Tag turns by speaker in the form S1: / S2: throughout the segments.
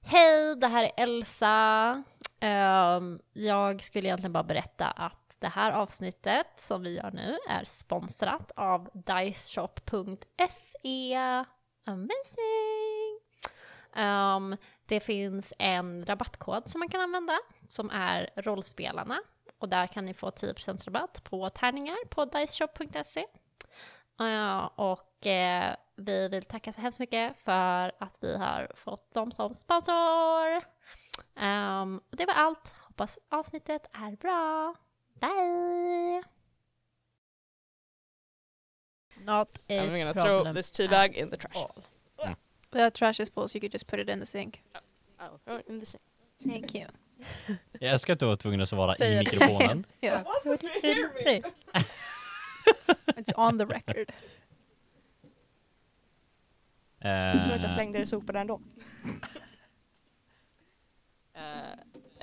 S1: Hej, det här är Elsa. Ehm, jag skulle egentligen bara berätta att det här avsnittet som vi gör nu är sponsrat av diceshop.se. Amazing! Ehm, det finns en rabattkod som man kan använda som är rollspelarna och där kan ni få 10% rabatt på tärningar på diceshop.se. Ja, Ehm, och eh, vi vill tacka så hemskt mycket för att vi har fått dem som sponsor. Ehm, och det var allt. Hoppas avsnittet är bra. Bye!
S2: Not a
S3: I'm gonna throw
S2: problem.
S3: this tea bag in the trash.
S2: all.
S4: The trash is full so you could just put it in the sink.
S3: Oh, oh, in the sink.
S4: Thank you.
S5: Jag älskar att du var tvungen att svara i
S2: Säger det.
S5: mikrofonen.
S4: Yeah, it's on the record.
S6: Mm.
S3: Jag tror att jag
S5: Eh,
S3: slängde det i soporna ändå. Uh,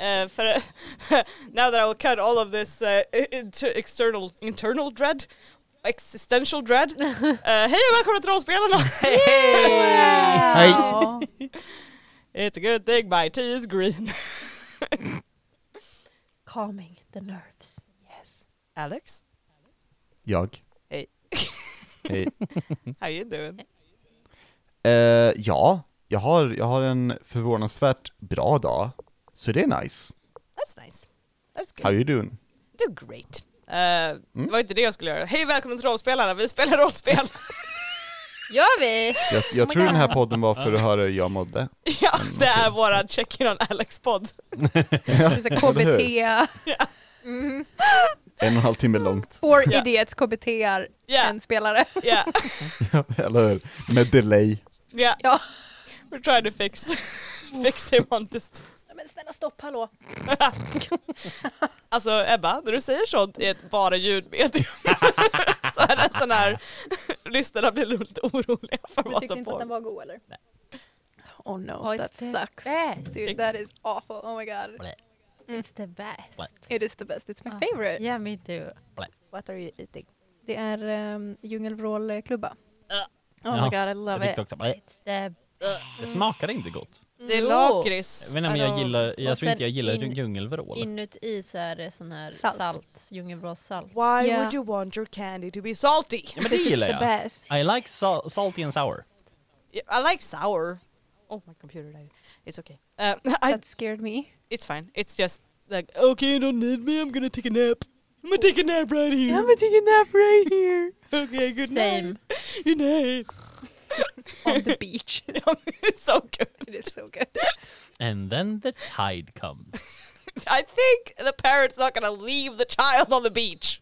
S3: uh, för, now that I will cut all of this uh, inter- external, internal dread, existential dread. Uh, Hej och välkomna till Rollspelarna!
S4: Hey.
S3: It's a good thing my tea is green.
S2: Calming the nerves. Yes.
S3: Alex,
S6: Jag.
S3: Hej.
S6: Hej. Mm.
S3: how you doing?
S6: Eh, ja, jag har, jag har en förvånansvärt bra dag. Så det är nice.
S3: That's nice. That's
S6: How
S3: good.
S6: you doing?
S3: Do great. Uh, Det var inte det jag skulle göra. Hej välkommen till Rollspelarna, vi spelar rollspel!
S1: Gör vi?
S6: Jag, jag
S1: Oh my
S6: tror den här
S1: God.
S6: podden var för att höra hur jag mådde.
S3: ja, det är våran check-in on Alex-podd.
S4: It's a KBT.
S1: Mm.
S6: En och en halv timme långt.
S4: Four
S3: Ja.
S4: idiots KBT är
S3: Yeah,
S4: en spelare.
S3: yeah,
S6: Eller hur? Med delay.
S3: yeah.
S4: Ja.
S3: We're trying to fix, fix him on distance.
S2: Men snälla stopp, hallå.
S3: Alltså Ebba, när du säger sånt i ett bara ljudmedium så är det sån här, lyssnarna blir lite oroliga för
S4: Du
S3: vad
S4: tyckte
S3: som
S4: inte att den
S3: pågår.
S4: var god eller? Oh no,
S1: Oh,
S4: that
S1: it's the
S4: sucks.
S1: best.
S4: Dude, that is awful. Oh my god.
S1: It's the best.
S4: It is the best, it's my
S1: Ah.
S4: favorite.
S1: Yeah, me too.
S3: Eh. What are you eating?
S4: Det är um, djungelvrålklubba.
S3: Ah.
S4: Oh my god, I
S5: jag
S4: love it.
S5: tyckte också, nej,
S1: It's the...
S5: det smakade inte gott.
S3: Det är lakrits.
S5: Jag vet inte, men jag gillar, jag
S1: Och
S5: tror inte
S1: sen
S5: jag gillar
S1: in-
S5: djungelvrål.
S1: Inuti så är det sån här
S4: Salt.
S1: salt, djungelvråssalt.
S3: Why
S4: Ja.
S3: would you want your candy to be salty?
S5: Ja, men det gillar
S4: It's the
S5: jag.
S4: best.
S5: I like sa- salty and sour.
S3: I like sour. Oh my computer died. It's okay. Uh, I,
S4: That scared me.
S3: it's fine. It's just like, okay, you don't need me, I'm gonna take a nap. I'm gonna take a nap right here.
S4: I'm taking a nap right here.
S3: Okay, good
S1: Same.
S3: night. Good night.
S4: On the beach.
S3: it's so good.
S4: It is so good.
S5: And then the tide comes.
S3: I think the parent's not gonna leave the child on the beach.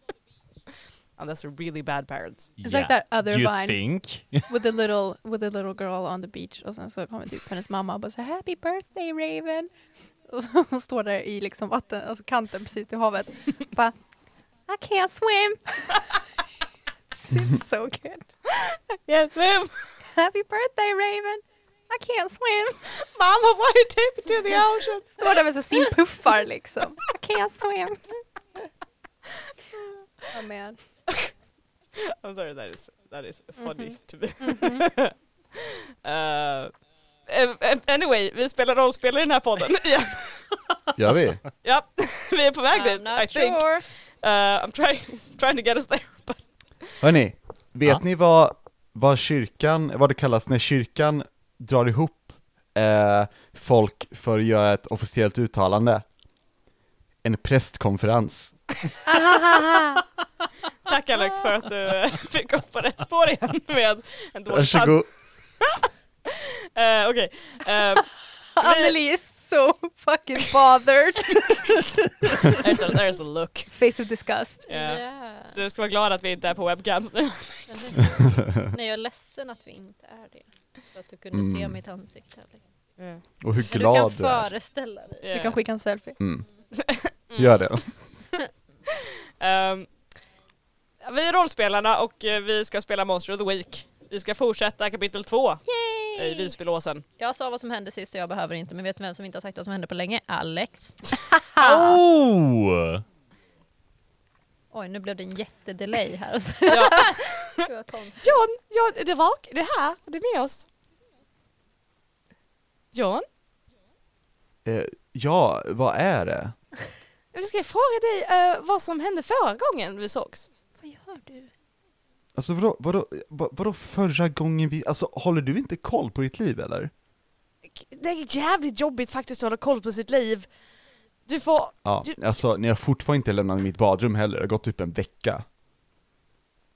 S3: Unless they're really bad parents.
S4: It's like that other
S5: you
S4: vine.
S5: think?
S4: With the little, with the little girl on the beach. Och sen så kommer typ hennes mamma och bara så här, Happy birthday Raven. Och så hon står där i liksom vatten, alltså kanten precis till havet. Bara, I can't swim. It's so good.
S3: Yeah, ma'am.
S4: Happy birthday Raven. I can't swim.
S3: Mama, why you take me to the ocean?
S4: Står där med så sin puffar liksom. I can't swim. Oh man.
S3: I'm sorry, that is that is funny to me. uh, em- em- anyway, vi spelar rollspel i den här podden igen.
S6: Gör vi?
S3: Japp, vi är på väg
S1: I'm
S3: dit,
S1: not
S3: I think.
S1: sure.
S3: Uh, I'm trying, trying to get us there. But
S6: Hörni, vet
S5: Ja.
S6: ni vad, vad kyrkan, vad det kallas när kyrkan drar ihop eh, folk för att göra ett officiellt uttalande? En prästkonferens.
S3: tack Alex för att du eh, fick oss på rätt spår igen med en dålig pall.
S6: Varsågod.
S3: Eh, Okej. ehm,
S4: Anneli is so fucking bothered.
S3: there's, a, there's a look.
S4: Face of disgust.
S3: Yeah.
S1: Yeah.
S3: Du ska vara glad att vi inte är på webcams nu.
S1: Nej, jag är ledsen att vi inte är det. Så att du kunde
S6: Mm.
S1: se mitt ansikte. Alex.
S6: Och
S1: Men du
S6: hur
S1: kan
S6: glad du är.
S1: föreställa dig.
S3: Yeah.
S4: Du kan skicka en selfie.
S6: Mm. Gör det.
S3: Ehm, vi är rollspelarna och eh, vi ska spela Monster of the Week. Vi ska fortsätta kapitel två i
S1: Yay!
S3: Visbylåsen.
S1: Jag sa vad som hände sist och jag behöver inte, men vet du vem som inte har sagt vad som hände på länge? Alex.
S5: Oh!
S1: Oj, nu blev det en jättedelay här. Och så,
S3: Ja.
S1: det var konstigt.
S3: John, John, är det vak? Är det här? Är det med oss? John?
S6: Eh, ja, vad är det?
S3: Vi ska fråga dig eh, vad som hände förra gången vi sågs.
S7: Vad gör du?
S6: Alltså vadå, vadå, vad- vadå förra gången vi, alltså håller du inte koll på ditt liv eller?
S3: Det är jävligt jobbigt faktiskt att hålla koll på sitt liv. Du får...
S6: Ja,
S3: Du-
S6: alltså ni har fortfarande inte lämnat mitt badrum heller, det har gått typ en vecka.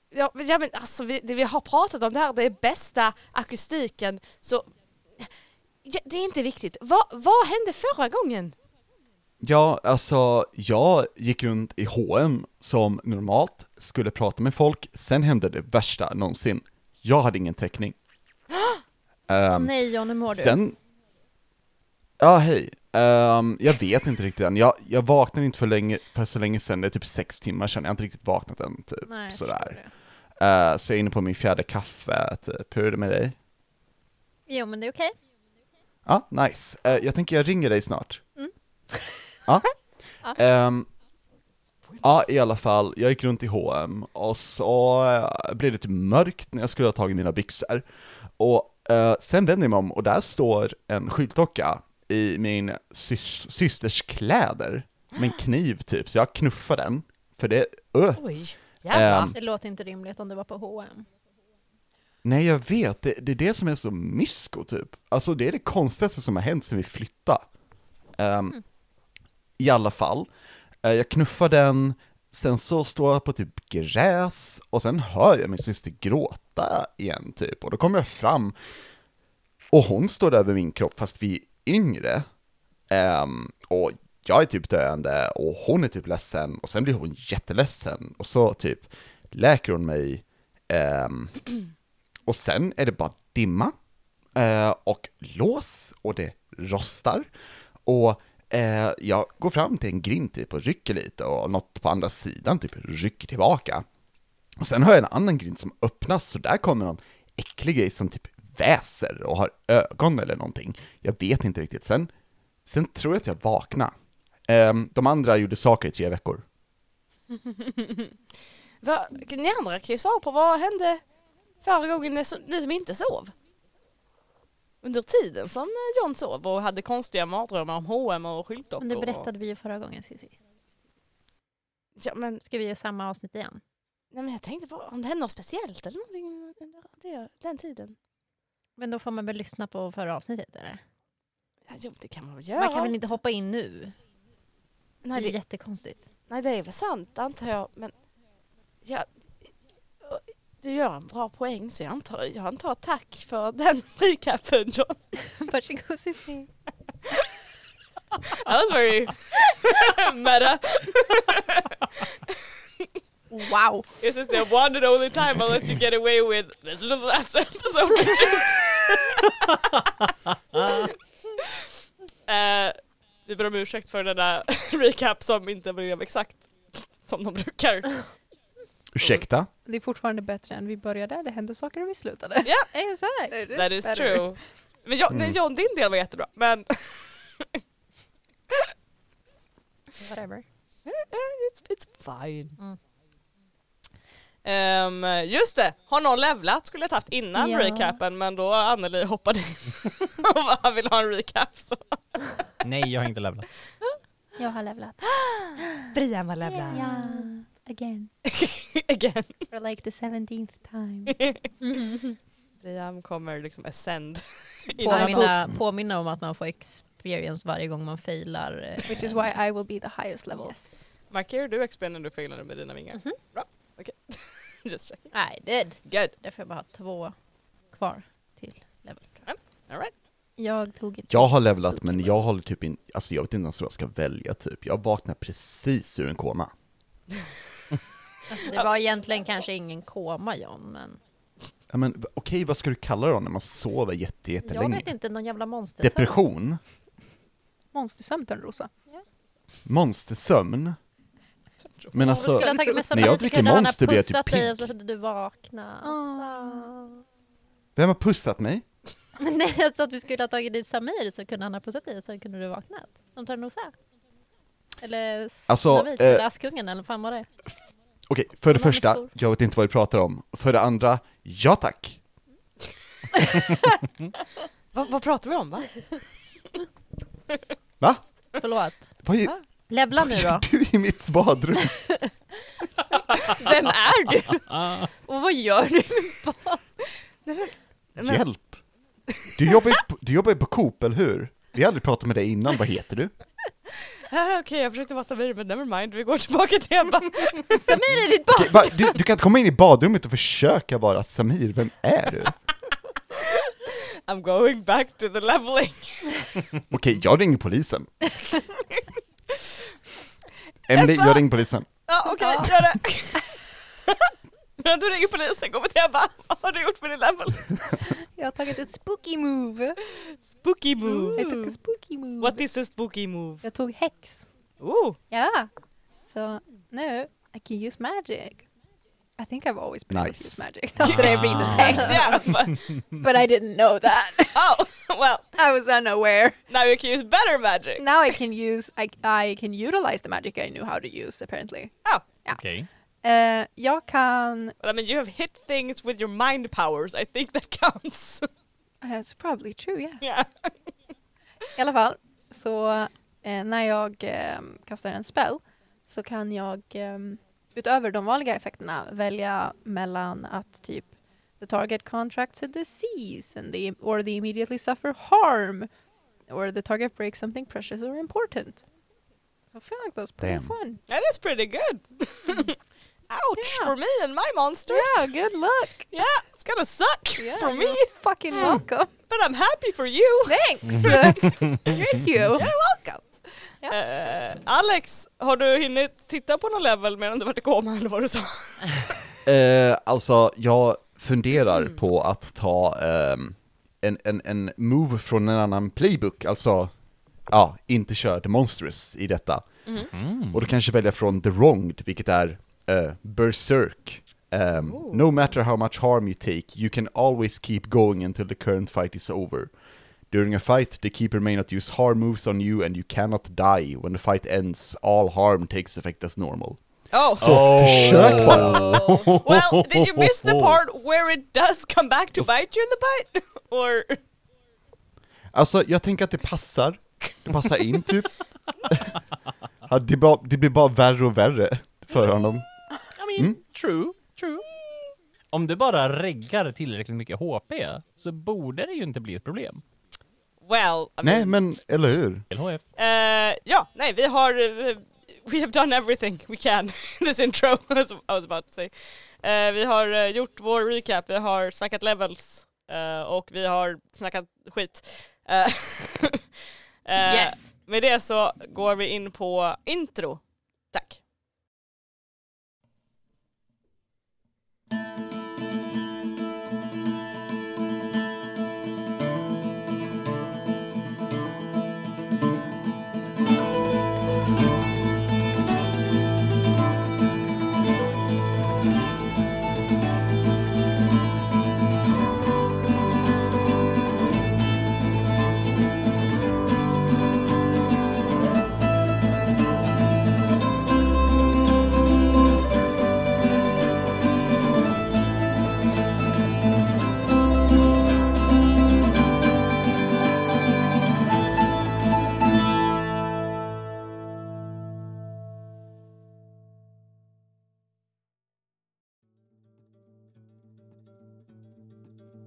S3: Ja, men- ja men alltså vi, det vi har pratat om det här, det är bästa akustiken. Så... Ja, det är inte viktigt. Va, vad hände förra gången?
S6: Ja, alltså jag gick runt i H&M som normalt, skulle prata med folk, sen hände det värsta någonsin. Jag hade ingen täckning. Ehm,
S8: Nej John, hur mår du?
S6: Sen... Ja, hej. Ehm, jag vet inte riktigt än. Jag, jag vaknade inte för, länge, för så länge sedan, det är typ sex timmar sedan. Jag har inte riktigt vaknat än, typ.
S8: Nej, jag
S6: sådär.
S8: förstår det.
S6: Eh, så jag är inne på min fjärde kaffe, typ. Hur är det med dig?
S8: Jo men det är okej.
S6: Ja, nice. Eh, jag tänker jag ringer dig snart.
S8: Mm.
S6: Ja.
S8: Ja.
S6: Ehm, ja, i alla fall. Jag gick runt i H&M och så eh, blev det typ mörkt när jag skulle ha tagit mina byxor. Och eh, sen vänder jag mig om och där står en skyltdocka i min sys- systers kläder med en kniv typ, så jag knuffar den. För det, öh,
S3: Oj, jävlar.
S6: Ehm,
S8: Det låter inte rimligt om du var på H&M.
S6: nej jag vet, det, det är det som är så mysko typ. Alltså det är det konstigaste som har hänt sedan vi flyttade. Ehm, I alla fall, eh, jag knuffar den, sen så står jag på typ gräs, och sen hör jag min syster gråta igen typ, och då kommer jag fram, och hon står över min kropp fast vi är yngre. Ehm, och jag är typ döende, och hon är typ ledsen, och sen blir hon jätteledsen, och så typ läker hon mig, ehm, och sen är det bara dimma eh, och lås och det rostar. Och eh, jag går fram till en grind typ och rycker lite och något på andra sidan typ rycker tillbaka. Och sen har jag en annan grind som öppnas så där kommer någon äcklig grej som typ väser och har ögon eller någonting. Jag vet inte riktigt. Sen, sen tror jag att jag vaknade. Ehm, de andra gjorde saker i tre veckor.
S3: Va, ni andra kan ju svara på vad hände förra gången ni som- ni som inte sov? Under tiden som eh, John sov och hade konstiga mardrömmar om H&M och skyltdockor.
S8: Men det
S3: och-
S8: berättade vi ju förra gången Cissi.
S3: Ja, men,
S8: Ska vi göra samma avsnitt igen?
S3: nej, men jag tänkte på om det hände något speciellt eller någonting under det, den tiden.
S8: Men då får man väl lyssna på förra avsnittet eller?
S3: Ja, jo, det kan man väl göra.
S8: man kan väl inte
S3: också.
S8: hoppa in nu? Det är
S3: Nej det,
S8: jättekonstigt.
S3: nej, det är väl sant antar jag. Men ja, du gör en bra poäng så jag antar, jag antar tack för den recapen John.
S8: Varsågod Cissi.
S3: That was very meta.
S4: Wow!
S3: This is the one and only time I'll let you get away with this is the last episode bitches. Eh, vi ber om ursäkt för denna recap som inte blev exakt som de brukar.
S6: Ursäkta?
S4: Det är fortfarande bättre än vi började, det hände saker och vi slutade.
S3: Ja,
S8: Exakt!
S3: that is
S4: better.
S3: true. Men John,
S6: Mm.
S3: John, din del var jättebra. Men
S8: Whatever.
S3: it's, it's fine. Ehm, just det, har någon levlat skulle jag tagit innan
S8: Ja.
S3: recapen men då Anneli hoppade in och bara vill ha en recap. Så.
S5: Nej, jag har inte levlat.
S8: Jag har levlat.
S3: Brian var
S8: Again.
S3: Again.
S8: For like the 17th time.
S3: Liam kommer liksom ascend. innan
S8: Påminna, påminna om att man får experience varje gång man failar. eh,
S4: Which is why I will be the highest level.
S8: Yes.
S3: Markerar du expanden du failade med dina vingar? Bra, okej. Just checking.
S8: I did.
S3: Good,
S8: Därför jag bara har två kvar till level.
S3: alright.
S4: Jag tog ett
S6: Jag har
S4: ex.
S6: levlat men jag håller typ in, alltså jag vet inte ens vad jag ska välja typ, jag vaknar precis ur en koma.
S8: Alltså, det var egentligen kanske ingen koma John, men
S6: Ja, men v- okej, vad ska du kalla det då när man sover jätte,
S8: jag
S6: jättelänge?
S8: vet inte, någon jävla monster.
S6: Depression?
S4: Monstersömn Törnrosa.
S6: Monstersömn? Men alltså,
S8: skulle ha tagit med
S6: när jag
S8: Sabahi så
S6: dricker
S8: kunde han ha
S6: Monster blir jag typ
S8: pussat dig
S6: pigg.
S8: och så hade du vaknat.
S6: vem har pussat mig?
S8: Men Nej, alltså att vi skulle ha tagit dit Samir så kunde han ha pussat dig och så kunde du vaknat. Som Törnrosa. Eller
S6: Alltså,
S8: Snavit,
S6: eh,
S8: eller Askungen eller vad fan var det?
S6: Okej, för det
S8: Han är
S6: första,
S8: stor.
S6: jag vet inte vad du pratar om. För det andra, ja tack!
S3: Vad, vad pratar vi om va?
S6: Va?
S8: Förlåt.
S6: Vad gör,
S8: Levla
S6: vad
S8: nu då.
S6: gör du i mitt badrum?
S1: Vem är du? Och vad gör du?
S6: Hjälp! Du jobbar, ju på, du jobbar ju på Coop, eller hur? Vi har aldrig pratat med dig innan, vad heter du?
S3: Ah, Okej, jag försökte vara Samir, men never mind, vi går tillbaka till Ebba.
S1: Samir är ditt barn!
S6: Okej, va, Du, du kan inte komma in i badrummet och försöka vara Samir, vem är du?
S3: I'm going back to the leveling.
S6: Okej, jag ringer polisen. Emily, jag ringer polisen.
S3: Ja, okej, gör det. När du ringer polisen, kommer till Ebba. Vad har du gjort med din level?
S4: Jag har tagit ett spooky move.
S3: Spooky move.
S4: Jag
S6: Mm.
S4: tog ett spooky move.
S3: What is a spooky move?
S4: Jag tog häx.
S3: Ooh.
S4: Ja. Så nu, I can use magic. I think I've always been able to
S6: Nice.
S4: use magic. Not that I read the
S5: Ah.
S4: text,
S3: Yeah, but,
S4: but I didn't know that.
S3: oh, well,
S4: I was unaware.
S3: now you can use better magic.
S4: Now I can use, I, I can utilize the magic I knew how to use apparently.
S5: Okej.
S4: Eh, jag kan,
S3: Well, I mean, you have hit things with your mind powers. I think that counts.
S4: that's eh, probably true yeah.
S3: yeah.
S4: I alla fall, så eh, när jag ehm, kastar en spell så kan jag ehm, utöver de vanliga effekterna välja mellan att typ the target contracts a disease and they, or they immediately suffer harm or the target breaks something precious or important. I feel like that's pretty
S6: Damn.
S4: fun.
S3: That is pretty good. Ouch
S4: Yeah.
S3: for me and my monsters.
S4: Yeah, good luck!
S3: Yeah, it's gonna suck
S4: Yeah,
S3: for me,
S4: you're fucking welcome!
S3: but I'm happy for you.
S4: Thanks! Thank you!
S3: Welcome. Eh, Alex, har du hinnit titta på någon level medan du varit i koma eller vad du sa?
S6: Eh, alltså, jag funderar på att ta ehm, en, en, en move från en annan playbook, alltså, ja, inte köra The Monstrous i detta.
S5: Mm.
S6: Och då kanske välja från The Wronged, vilket är eh, Berserk. Ehm, no matter how much harm you take, you can always keep going until the current fight is over. During a fight, the keeper may not use harm moves on you and you cannot die. When the fight ends, all harm takes effect as normal.
S3: Oh.
S6: Så försök bara!
S3: Well, did you miss the part where it does come back to bite you in the butt? Or
S6: Alltså, jag tänker att det passar. Det passar in, typ. Ja, det, bara, det blir bara värre och värre för honom.
S5: I mean,
S6: Mm.
S5: true, true. Om du bara reggar tillräckligt mycket HP så borde det ju inte bli ett problem.
S3: well, I
S6: Nej,
S3: mean,
S6: men eller hur?
S5: LHF.
S3: eh, ja, nej, vi har eh, we have done everything we can in this intro as I was about to say. Eh, vi har eh, gjort vår recap, vi har snackat levels eh, och vi har snackat skit. Eh, eh,
S1: Yes.
S3: Med det så går vi in på intro. Tack.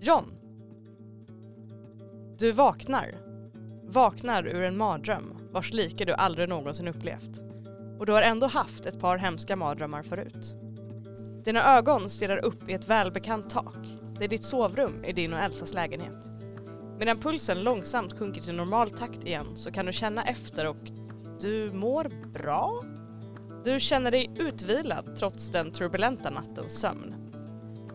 S3: John. Du vaknar. Vaknar ur en mardröm vars like du aldrig någonsin upplevt. Och du har ändå haft ett par hemska mardrömmar förut. Dina ögon stirrar upp i ett välbekant tak. Det är ditt sovrum i din och Elsas lägenhet. Medan pulsen långsamt sjunker till normal takt igen så kan du känna efter och du mår bra? Du känner dig utvilad trots den turbulenta nattens sömn.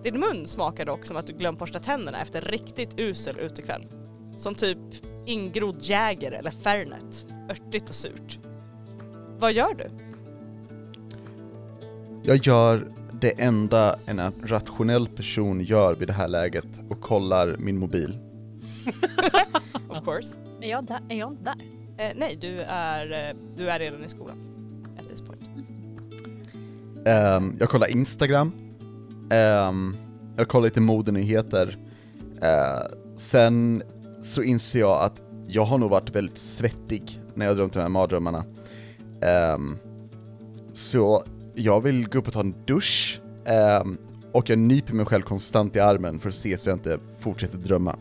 S3: Din mun smakar dock som att du glömt borsta tänderna efter riktigt usel utekväll. Som typ ingrodd Jäger eller Fernet. Örtigt och surt. Vad gör du?
S6: Jag gör det enda en rationell person gör vid det här läget och kollar min mobil.
S3: Of course.
S8: Är jag, där? Är jag inte där?
S3: Eh, nej, du är, eh, du är redan i skolan. At this point.
S6: Ehm, jag kollar Instagram. Ehm, jag kollar lite modenyheter. Eh, sen så inser jag att jag har nog varit väldigt svettig när jag drömt de här mardrömmarna. Ehm, så jag vill gå upp och ta en dusch ehm, och jag nyper mig själv konstant i armen för att se så jag inte fortsätter drömma.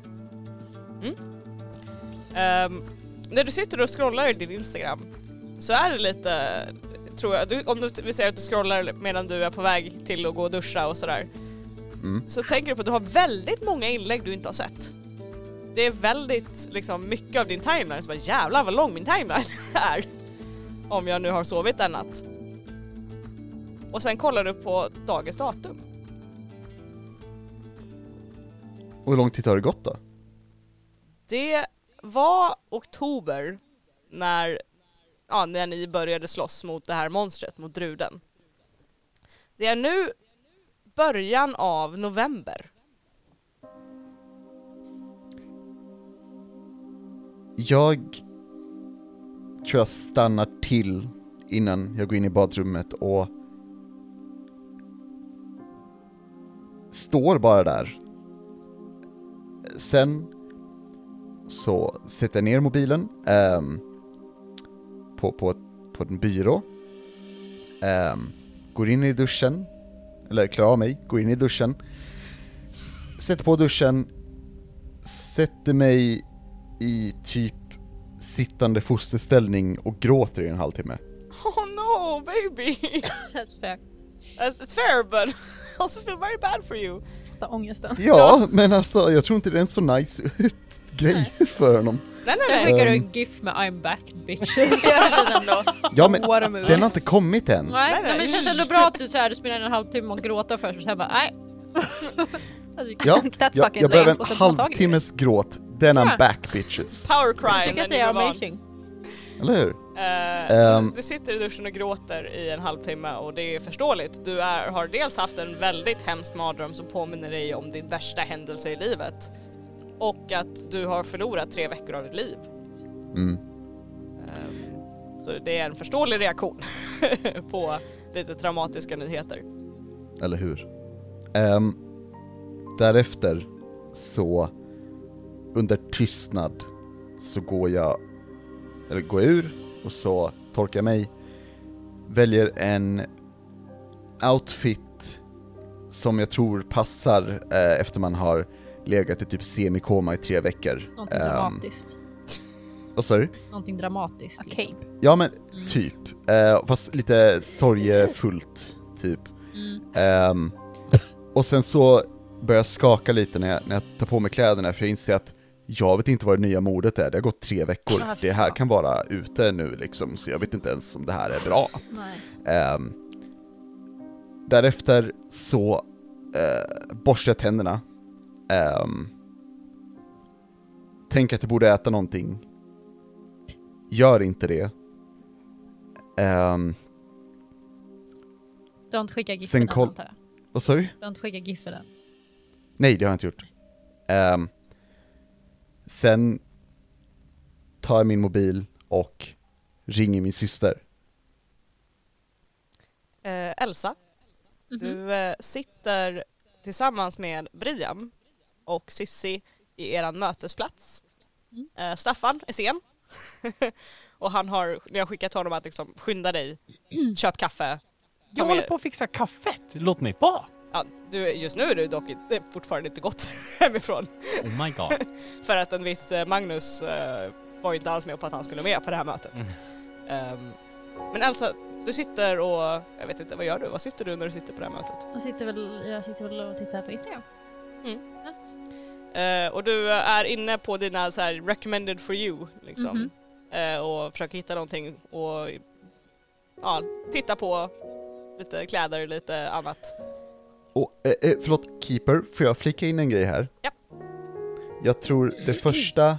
S3: Ehm, när du sitter och scrollar i din Instagram så är det lite, tror jag, du, om du vi säger att du scrollar medan du är på väg till att gå och duscha och sådär,
S6: Mm.
S3: så tänker du på att du har väldigt många inlägg du inte har sett. Det är väldigt, liksom mycket av din timeline som bara jävlar vad lång min timeline är. Om jag nu har sovit en natt. Och sen kollar du på dagens datum.
S6: Och hur lång tid har det gått då?
S3: Det var oktober när, ja, när ni började slåss mot det här monstret, mot druden. Det är nu början av november.
S6: Jag tror jag stannar till innan jag går in i badrummet och står bara där. Sen så sätter jag ner mobilen ehm, på, på, på en byrå. Ehm, går in i duschen, eller klär av mig, går in i duschen. Sätter på duschen, sätter mig i typ sittande fosterställning och gråter i en halvtimme.
S3: Oh no baby!
S8: That's fair.
S3: That's, it's fair but I also feel very bad for you.
S4: Fatta ångesten.
S6: Ja, men alltså jag tror inte det är en så nice grej för honom.
S3: Nej
S8: Sen
S3: nej nej.
S8: skickar du
S6: Ehm.
S8: en GIF med I'm back bitches. Känns ändå.
S6: Ja men
S4: What a movie.
S6: den har inte kommit än.
S8: Nej,
S3: Nej,
S8: nej, men det känns ändå bra att du, så här, du spelar in en halvtimme och gråter först och sen bara nej. alltså,
S6: Ja,
S4: That's
S6: jag,
S4: fucking
S6: jag behöver
S4: lame.
S6: en
S4: Och sen tar man tag i det.
S6: halvtimmes gråt. Then I'm
S8: Ja.
S6: back bitches.
S3: Power
S8: jag
S3: crime
S8: tycker att
S3: and
S8: det är
S3: you move on.
S8: amazing.
S6: Eller hur?
S3: Eh,
S6: Ehm.
S3: du- Du sitter i duschen och gråter i en halvtimme och det är förståeligt. Du är, har dels haft en väldigt hemsk mardröm som påminner dig om din värsta händelse i livet och att du har förlorat tre veckor av ditt liv.
S6: Mm.
S3: Ehm, så det är en förståelig reaktion på lite traumatiska nyheter.
S6: Eller hur? Ehm, därefter så under tystnad så går jag, eller går jag ur och så torkar jag mig, väljer en outfit som jag tror passar eh, efter man har legat i typ semikoma i tre veckor.
S8: Någonting
S6: Ehm,
S8: dramatiskt.
S6: Vad sa du?
S8: Någonting dramatiskt. liksom.
S4: Okej.
S6: Ja men typ, eh, fast lite sorgefullt typ.
S8: Mm.
S6: Ehm, och sen så börjar jag skaka lite när jag, när jag tar på mig kläderna för jag inser att jag vet inte vad det nya modet är, det har gått tre veckor.
S8: Ah,
S6: det här
S8: fan.
S6: kan vara ute nu liksom, så jag vet inte ens om det här är bra.
S8: Nej.
S6: Ehm, därefter så eh, borstar jag tänderna. Ehm, tänker att jag borde äta någonting. Gör inte det. Ehm,
S8: Du har inte skickat
S6: Sen
S8: giffen än
S6: koll-
S8: antar jag?
S6: vad sa du?
S8: Du har inte skickat giffen än?
S6: Nej, det har jag inte gjort. Ehm, sen tar jag min mobil och ringer min syster.
S3: Eh, Elsa,
S8: Mm-hmm.
S3: du eh, sitter tillsammans med Brian och Sissi i eran mötesplats. Eh, Staffan är sen. och han har, ni har skickat honom att liksom skynda dig, köp kaffe.
S5: Jag håller på att fixa kaffet, låt mig vara!
S3: Ja, du, just nu är du dock inte, fortfarande inte gått hemifrån.
S5: Oh my god.
S3: För att en viss eh, Magnus eh, var inte alls med på att han skulle med på det här mötet.
S5: Mm.
S3: Ehm, men Elsa, du sitter och, jag vet inte, vad gör du? Vad sitter du när du sitter på det här mötet?
S8: Jag sitter väl, jag sitter väl och tittar på Instagram.
S3: Eh, och du är inne på dina så här, recommended for you liksom.
S8: Mhm.
S3: Eh, och försöker hitta någonting och ja, titta på lite kläder, lite annat.
S6: Och, eh, eh, förlåt, Keeper, får jag flika in en grej här?
S3: Ja.
S6: Jag tror det första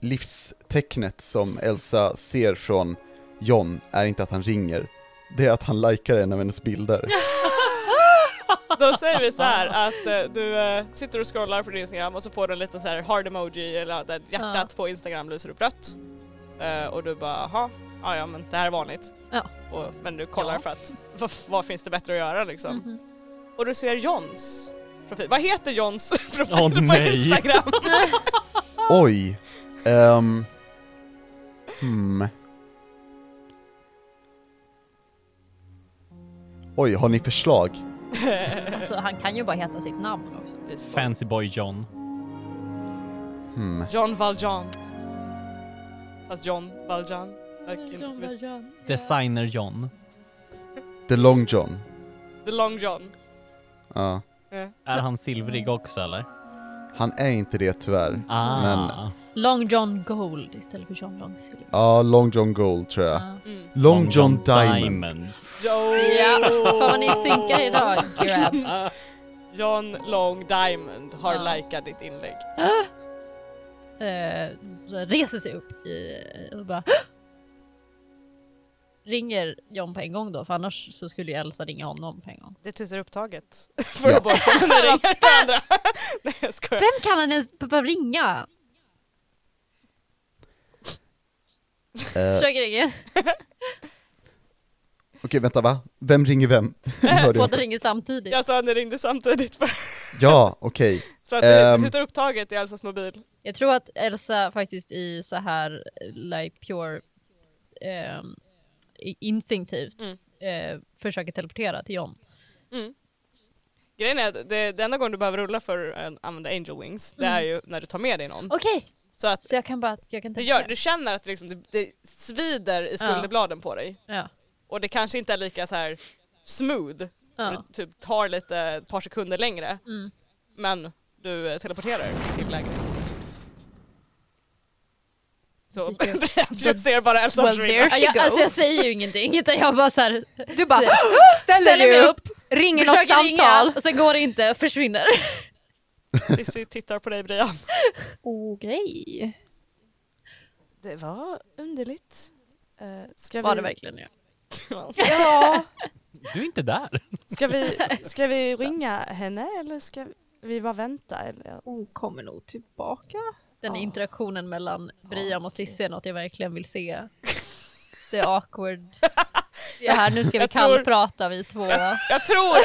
S6: livstecknet som Elsa ser från John är inte att han ringer, det är att han likar en av hennes bilder.
S3: Då säger vi så här att eh, du eh, sitter och scrollar på din Instagram och så får du en liten så här hard emoji eller där hjärtat
S8: Ja.
S3: på Instagram lyser upp rött. Eh, och du bara jaha, ja ja men det här är vanligt.
S8: Ja.
S3: Och, men du kollar
S8: Ja.
S3: för att vad, vad finns det bättre att göra liksom.
S8: Mhm.
S3: Och du ser Johns profil. Vad heter Johns profil
S5: Åh,
S3: på
S5: nej.
S3: Instagram?
S6: Oj! Ehm, hmm. Oj, har ni förslag?
S8: Mm-hmm.
S1: Alltså han kan ju bara heta sitt namn också.
S5: Fancy boy John.
S6: Hmm.
S3: John Valjean. Fast John Valjean. verkar- visst.
S5: Designer John.
S6: The Long John.
S3: The Long John.
S6: Ja.
S3: Ja.
S5: Är han silvrig också eller?
S6: Han är inte det tyvärr.
S5: Ah.
S6: Men-
S1: Long John Gold istället för John Long Silver.
S6: Ja, Long John Gold tror jag.
S1: Ja.
S3: Mm.
S6: Long, John, Diamond.
S5: Diamonds.
S3: Joe.
S1: Ja, fan vad ni synkar idag grabs.
S3: John Long Diamond har
S1: Ja.
S3: likat ditt inlägg.
S1: Eh, så reser sig upp i, och bara Ringer John på en gång då, för annars så skulle ju Elsa ringa honom på en gång.
S3: Det tutar upptaget. För
S6: Ja.
S3: att bort när det ringer på andra. Nej jag skojar.
S1: Vem kan han ens behöva ringa?
S6: Eh,
S1: Försöker ringa.
S6: Okej, vänta va? Vem ringer vem? Jag hörde
S1: Båda
S6: inte.
S1: ringer samtidigt.
S3: Jag sa att ni ringde samtidigt bara.
S6: ja, okej.
S3: Så att det
S6: Ehm.
S3: tutar upptaget i Elsas mobil.
S1: Jag tror att Elsa faktiskt i så här eh, like pure ehm, i- instinktivt
S3: Mm.
S1: eh, försöker teleportera till John.
S3: Grejen är att det, det enda gången du behöver rulla för att använda angel wings, det
S1: Mm.
S3: är ju när du tar med dig någon.
S1: Okej,
S3: Så att
S1: så jag kan bara jag kan
S3: du, gör, du känner att det, liksom, det, det svider i skulderbladen på dig.
S1: Ja.
S3: Och det kanske inte är lika så här smooth,
S1: Ja.
S3: det typ tar lite, ett par sekunder längre.
S1: Mm.
S3: Men du eh, teleporterar till lägenheten. Så
S1: Det tycker
S3: jag ser bara Elsa
S4: Well,
S3: försvinna.
S4: there
S1: Ja, jag,
S4: she
S1: alltså jag
S4: goes.
S1: säger ju ingenting utan jag bara så här,
S4: Du bara ställer
S1: ställer mig
S4: dig upp,
S1: upp,
S4: ringer något
S1: försöker ringa
S4: samtal.
S1: och sen går det inte, försvinner.
S3: Cissi tittar på dig Brian.
S4: Okej.
S3: Det var underligt. Uh, ska,
S1: Var det verkligen det?
S4: Ja.
S5: Du är inte där.
S3: ska, vi, ska vi ringa henne eller ska vi bara vänta? Eller?
S4: Hon kommer nog tillbaka.
S1: Den
S3: Ja.
S1: interaktionen mellan Brian och Cissi är något jag verkligen vill se. Det är awkward. Så här, nu ska vi
S3: Jag tror-
S1: kallprata vi två.
S3: Jag tror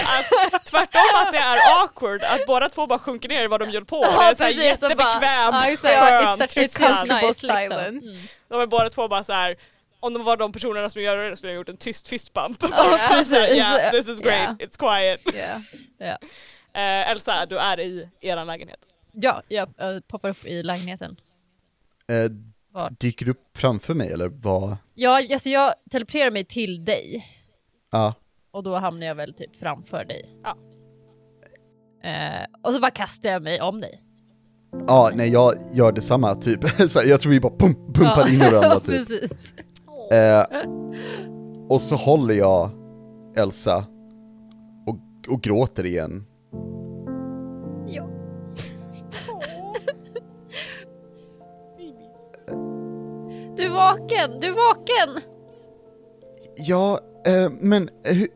S3: att tvärtom att det är awkward att båda två bara sjunker ner i vad de gör på.
S1: Ja,
S3: det är såhär
S1: precis, och bara-
S3: jättebekvämt,
S1: ja, exakt.
S3: skönt,
S1: It's such a
S3: tystnad.
S1: comfort-
S4: Comfortable
S1: nice, liksom.
S4: silence.
S3: De är båda två bara så här. om de var de personerna som gör det skulle jag gjort en tyst fistbump. Alltså,
S1: Ja, precis.
S3: yeah, this is great,
S4: Yeah.
S3: it's quiet.
S4: Yeah.
S3: Eh, Elsa, du är i er lägenhet.
S1: Ja, jag eh, poppar upp i lägenheten.
S6: Eh,
S1: Vart?
S6: dyker du upp framför mig eller vad?
S1: Ja, alltså jag teleporterar mig till dig
S6: Ja,
S1: och då hamnar jag väl typ framför dig.
S3: Ja.
S1: Eh, och så bara kastar jag mig om dig.
S6: ja nej jag gör detsamma typ. Så här, jag tror vi bara pum, pumpar in i varandra typ.
S1: Precis.
S6: Eh, och så håller jag Elsa och, och gråter igen.
S1: Ja. Du är vaken, du är vaken!
S6: Ja, eh, men eh, hu-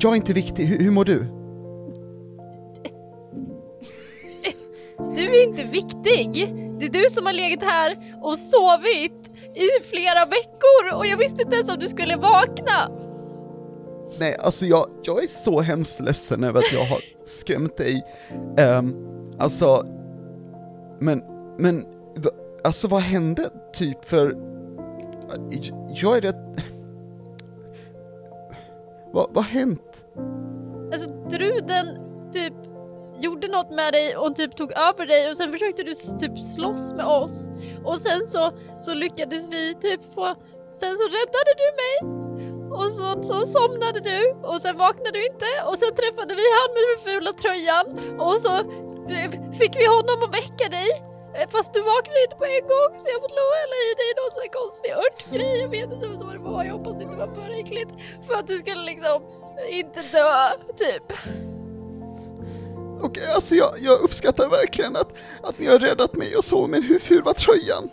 S6: jag är inte viktig, hur, hur mår du?
S1: Du är inte viktig! Det är du som har legat här och sovit i flera veckor och jag visste inte ens om du skulle vakna!
S6: Nej, alltså jag, jag är så hemskt ledsen över att jag har skrämt dig. Um, alltså, men, men, va- alltså vad hände typ för, jag är rätt, vad, vad hänt?
S1: Alltså druden typ gjorde något med dig och typ tog över dig och sen försökte du s- typ slåss med oss och sen så, så lyckades vi typ få... Sen så räddade du mig och så, så somnade du och sen vaknade du inte och sen träffade vi han med den fula tröjan och så eh, fick vi honom att väcka dig Eh, Fast du vaknade inte på en gång så jag fått lov att hälla i dig någon sån här konstig örtgrej. Jag vet inte vad det var, jag hoppas inte det var för äckligt. För att du skulle liksom inte dö, typ.
S6: Okej, alltså jag, jag uppskattar verkligen att, att ni har räddat mig och så, men hur ful var tröjan?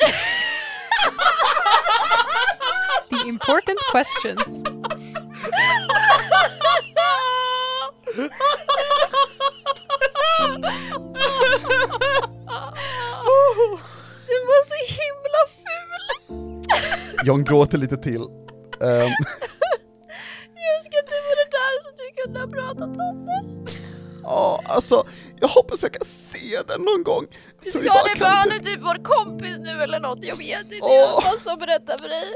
S4: The important questions.
S1: Du var så himla ful!
S6: John gråter lite till. Ehm,
S1: Jag önskar att du vore där så att vi kunde ha pratat om det.
S6: Ja, alltså, jag hoppas jag kan se ge den någon gång. Så vi bara
S1: Skadebön
S6: kan
S1: är
S6: typ-
S1: typ vår kompis nu eller något, jag vet inte.
S6: Åh.
S1: Jag måste som berätta för dig.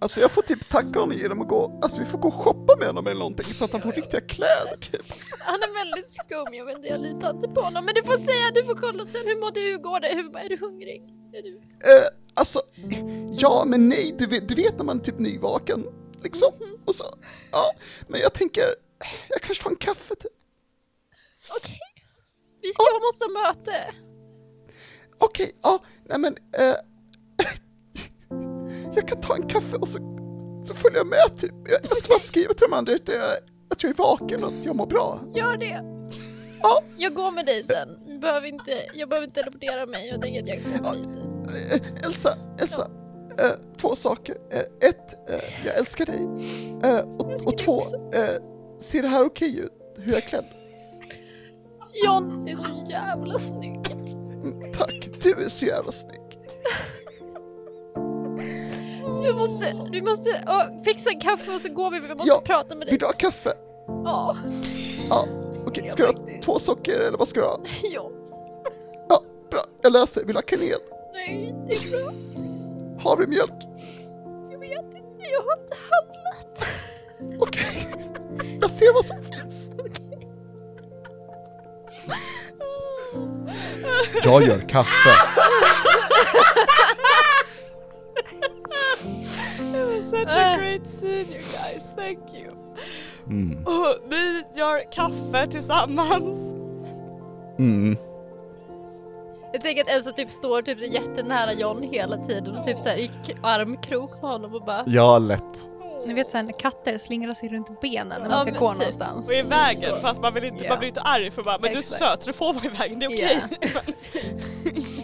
S6: Alltså jag får typ tacka honom genom att gå, alltså vi får gå och shoppa med honom eller någonting så att han får riktiga kläder typ.
S1: Han är väldigt skum, jag vet inte, jag litar inte på honom. Men du får säga, du får kolla sen, hur mår du, hur går det, hur, är du hungrig? Är du...
S6: Eh, alltså, ja men nej, du vet, du vet när man är typ nyvaken liksom. Och så, ja, men jag tänker, jag kanske tar en kaffe typ.
S1: Okej. Vi ska, jag måste ha möte.
S6: Okej, ja, nej men, eh, jag kan ta en kaffe och så, så följer jag med typ. Jag, jag ska bara skriva till de andra att jag, att jag är vaken och att jag mår bra.
S1: Gör det.
S6: Ja.
S1: Jag går med dig sen. Du Behöver inte, jag behöver inte teleportera mig, jag tänker att jag går med dig sen.
S6: Eh, Elsa, Elsa. Eh, två saker. Eh, ett, eh, jag älskar dig. Eh, och, och
S1: dig
S6: två,
S1: också.
S6: eh, ser det här okej ut? Hur jag är klädd?
S1: John är så jävla snygg.
S6: Mm, tack, du är så jävla snygg.
S1: Du måste, du måste ja, fixa en kaffe och så går vi för jag måste
S6: Ja,
S1: prata med dig.
S6: Vill du ha kaffe?
S1: Ja,
S6: Ja, okej.
S1: Ja,
S6: Ska du ha
S1: faktiskt.
S6: två socker eller vad ska du ha?
S1: ja.
S6: Ja, bra. Jag löser. Vill du ha kanel?
S1: Nej, det är bra.
S6: Har du mjölk?
S1: Jag vet inte, jag har inte handlat.
S6: Okej. Jag ser vad som finns. Jag gör kaffe.
S3: It was such a
S1: Äh.
S3: great scene you guys, thank you.
S6: Mm.
S3: Och ni gör kaffe tillsammans.
S6: Mm.
S1: Jag tänker att Elsa typ står typ jättenära John hela tiden och typ såhär i k- armkrok med honom och bara
S6: Ja, lätt.
S4: Ni vet såhär när katter slingrar sig runt benen när
S1: Ja,
S4: man ska
S1: men
S4: gå
S1: typ.
S4: någonstans.
S3: Och i vägen, fast man, vill inte,
S4: Ja.
S3: man blir inte arg för bara, men du är så
S4: Exakt.
S3: söt så du får vara i vägen, det är okej.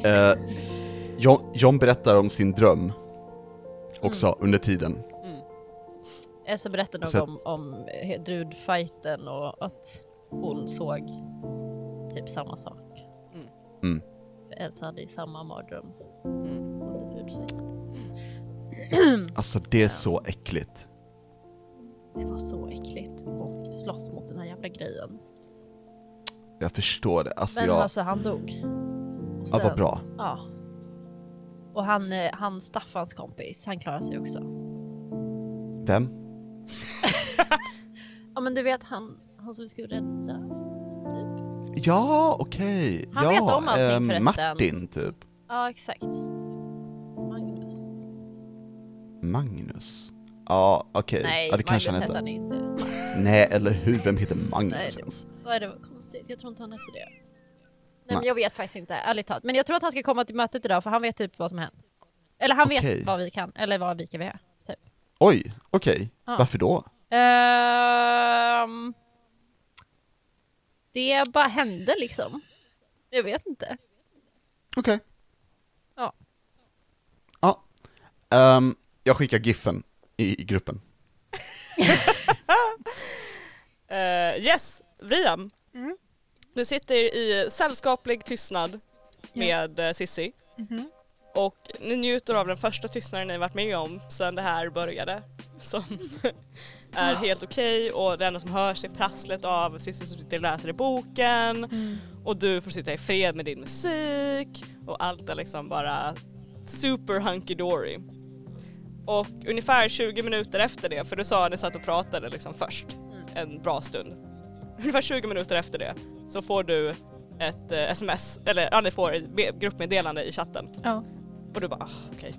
S6: Eh, John, John berättar om sin dröm också
S1: Mm.
S6: under tiden.
S1: Elsa berättar något
S6: Så-
S1: om, om eh, drudfighten och att hon såg typ samma sak.
S3: Mm.
S6: Mm.
S1: För Elsa hade ju samma mardröm
S3: Mm.
S1: under drudfighten.
S6: Alltså det är så äckligt.
S1: Det var så äckligt och slåss mot den här jävla grejen.
S6: Jag förstår det. Alltså
S1: Men
S6: jag...
S1: alltså han dog. Och
S6: Ja, vad
S1: sen-
S6: bra.
S1: Ja. Och han, eh, han Staffans kompis, han klarar sig också.
S6: Vem?
S1: Ja men du vet han, han som vi skulle rädda.
S6: Ja, okej.
S1: Han
S6: ja,
S1: vet om allting
S6: ehm,
S1: förresten.
S6: Martin, typ.
S1: Ja exakt. Magnus.
S6: Magnus. Ja, okej.
S1: Nej,
S6: Eh, ja, det kanske
S1: Magnus hette
S6: han heter.
S1: han inte.
S6: Nej, eller hur? Vem heter Magnus
S1: Nej, det-
S6: ens?
S1: Nej det var konstigt, jag tror inte han hette det. Nej,
S6: Nej.
S1: men jag vet faktiskt inte, ärligt talat. Men jag tror att han ska komma till mötet idag för han vet typ vad som hänt. Eller han
S6: Okej.
S1: vet vad vi kan, eller vad vilka vi är. Typ.
S6: Oj, okej.
S1: Ja.
S6: Varför då?
S1: Ehm, det bara hände liksom. Jag vet inte.
S6: Okej.
S1: Ja.
S6: Ja. Ehm, jag skickar giffen i, i gruppen.
S3: Eh, yes, Brian.
S4: Mm.
S3: Du sitter i sällskaplig tystnad med uh, Sissi
S4: Mhm.
S3: och ni njuter av den första tystnaden ni varit med om sedan det här började. Som är helt okej och det enda som hörs är prasslet av Sissi som sitter och läser i boken och du får sitta i fred med din musik och allt är liksom bara super hunky dory. Och ungefär 20 minuter efter det, för du sa att ni satt och pratade liksom först en bra stund. Ungefär 20 minuter efter det så får du ett eh, sms, eller ja, ni får ett be- gruppmeddelande i chatten.
S4: Ja.
S3: Och du bara ah, okej.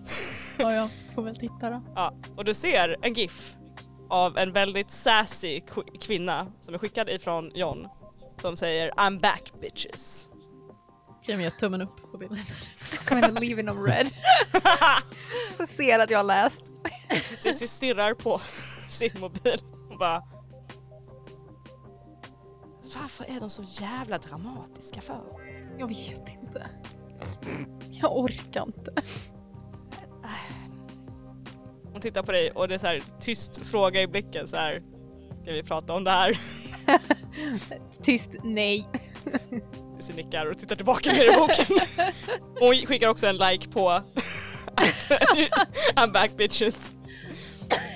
S4: Ja, jag får väl titta då.
S3: Ja. Och du ser en GIF av en väldigt sassy qu- kvinna som är skickad ifrån John som säger I'm back bitches.
S1: Jag gör tummen upp på bilden.
S4: Kommer att leave in on red. Så ser att jag har läst.
S3: Cissi stirrar på sin mobil och bara Varför är de så jävla dramatiska för?
S4: Jag vet inte. Jag orkar inte.
S3: Hon tittar på dig och det är så här tyst fråga i blicken så här. Ska vi prata om det här?
S4: Tyst, nej.
S3: Så nickar och tittar tillbaka ner i boken. Och Hon skickar också en like på att I'm back bitches.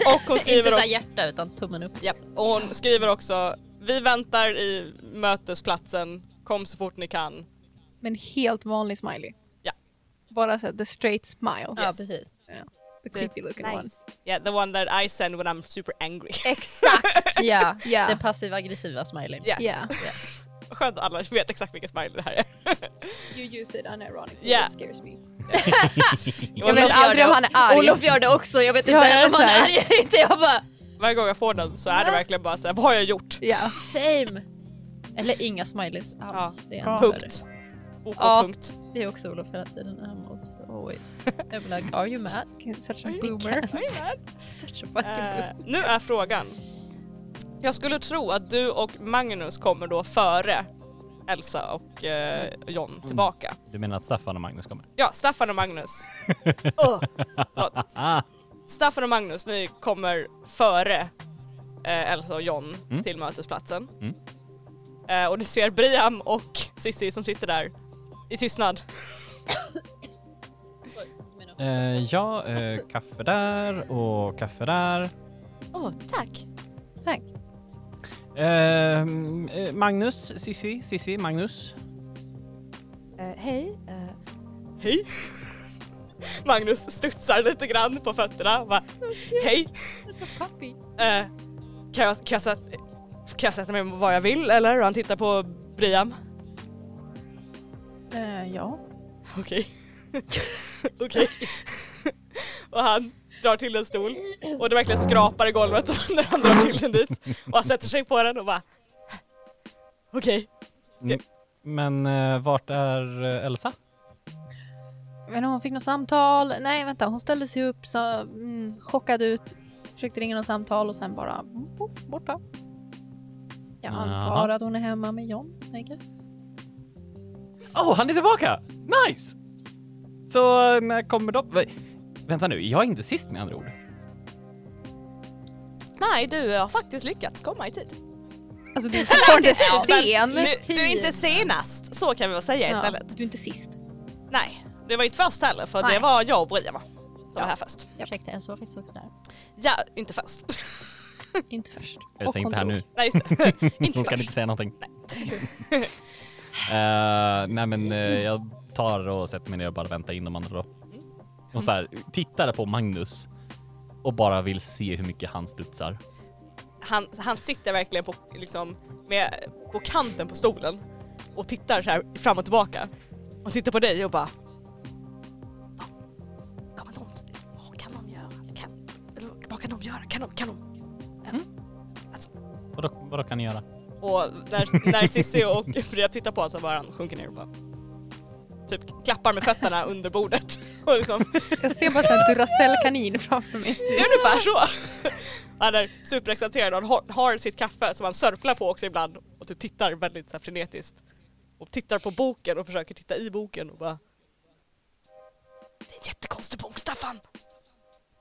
S3: Och hon
S1: Inte
S3: skriver,
S1: så
S3: och,
S1: här hjärta utan tummen upp.
S3: ja, och hon skriver också Vi väntar i mötesplatsen, kom så fort ni kan.
S4: med en helt vanlig smiley.
S3: Ja.
S4: Bara så här, the straight smile.
S1: Ja, precis.
S4: The
S3: Det-
S4: creepy looking one.
S3: Yeah, the one that I send when I'm super angry.
S1: Exakt! ja,
S4: Ja.
S1: den passiva aggressiva smileyn.
S3: Yes.
S4: Yeah.
S3: Skönt att alla vet exakt vilken smiley det här är.
S4: You use it unironically,
S3: Yeah.
S4: it scares me.
S3: Och
S4: Jag vet
S1: Olof gör
S4: aldrig om
S1: det.
S4: han är arg.
S1: Olof gör det också, jag vet inte
S4: Ja, jag var
S1: om han
S4: så
S1: är
S4: här.
S1: arg eller inte. Jag bara
S3: Varje gång jag får den så är det verkligen bara såhär, vad har jag gjort?
S4: Ja.
S1: same. Eller inga smileys alls. Det, är
S4: Ja.
S1: ännu värre.
S3: Punkt. OK.
S1: Ja.
S3: Punkt.
S1: det är också Olof hela tiden. I'm also always I'm like, are you mad?
S4: Such a boomer.
S1: Such a
S3: Eh,
S1: fucking
S3: nu är frågan. Jag skulle tro att du och Magnus kommer då före Elsa och eh, John tillbaka.
S5: Du menar att Staffan och Magnus kommer?
S3: Ja, Staffan och Magnus. Ugh. Förlåt. Staffan och Magnus, ni kommer före eh, Elsa och John
S5: Mm.
S3: till mötesplatsen.
S5: Mm.
S3: Eh, och ni ser Briam och Sissi som sitter där i tystnad.
S5: Eh, ja, eh, kaffe där och kaffe där.
S1: Åh, tack.
S4: Tack.
S5: Eh, mm, eh, Magnus, Sissi, Sissi, Magnus.
S7: hej.
S3: Hej! Magnus studsar lite grann på fötterna och bara, Hej! Eh, kan, jag, kan, jag sätta, kan jag sätta mig var jag vill eller? Och han tittar på Briam.
S5: Eh,
S4: ja.
S3: Okej. Okej. och han drar till en stol och det verkligen skrapar i golvet när han drar till den dit. Och han sätter sig på den och bara Okej.
S5: Men eh, vart är eh, Elsa?
S4: Men hon fick något samtal. Nej, vänta. Hon ställde sig upp, så mm, chockad ut. Försökte ringa något samtal och sen bara mm, poff, borta. Jag
S5: Jaha.
S4: antar att hon är hemma med John, I guess.
S5: Åh, oh, han är tillbaka! Nice! Så eh, när kommer de? Vä- Vänta nu, jag är inte sist med andra ord.
S3: Nej, du har faktiskt lyckats komma i tid.
S4: Alltså du är fortfarande
S3: Nu,
S4: sen.
S3: du är inte senast, så kan vi väl säga istället.
S4: du är inte sist.
S3: Nej, det var inte först heller för det
S4: Nej.
S3: var jag och Brian va? Som var här först.
S1: Ursäkta, jag såg faktiskt också där.
S3: Ja, inte först.
S4: Inte först.
S5: Jag säger inte här nu.
S3: Nej, just det. inte
S5: Hon kan
S3: först.
S5: inte säga någonting. Eh, nej men eh, jag tar och sätter mig ner och bara väntar in de andra då. Och så här, tittar på Magnus och bara vill se hur mycket han studsar.
S3: han, han sitter verkligen på, liksom, med, på kanten på stolen och tittar så här fram och tillbaka och tittar på dig och bara "Vad Kommer de, vad kan de göra? Kan, eller vad kan de göra? Kan de? Kan de? Alltså,
S5: Vadå, vadå kan ni göra?
S3: Och när, när Cissi och Frida tittar på honom så bara han sjunker ner och bara typ klappar med fötterna under bordet och liksom
S4: Jag ser bara så här en Duracell-kanin framför mig.
S3: Det är ungefär så. Han är superexalterad och han har- har sitt kaffe som han sörplar på också ibland och typ tittar väldigt så här frenetiskt. Och tittar på boken och försöker titta i boken och bara Det är en jättekonstig bok Staffan!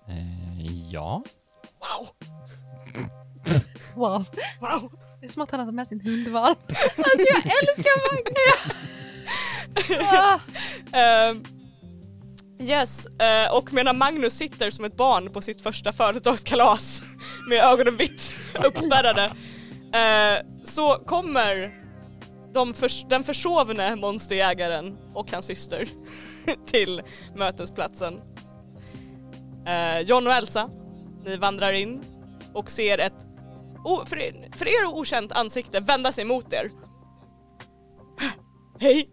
S5: Eh, ja.
S3: Wow!
S4: Wow.
S3: Wow!
S4: Det är som att han har tagit med sin hundvalp.
S3: Ehm, yes, eh, och medan Magnus sitter som ett barn på sitt första födelsedagskalas med ögonen vitt uppspärrade eh, så kommer de förs- den försovne monsterjägaren och hans syster till mötesplatsen. Eh, John och Elsa, ni vandrar in och ser ett o- för, er, för er okänt ansikte vända sig mot er. Hej!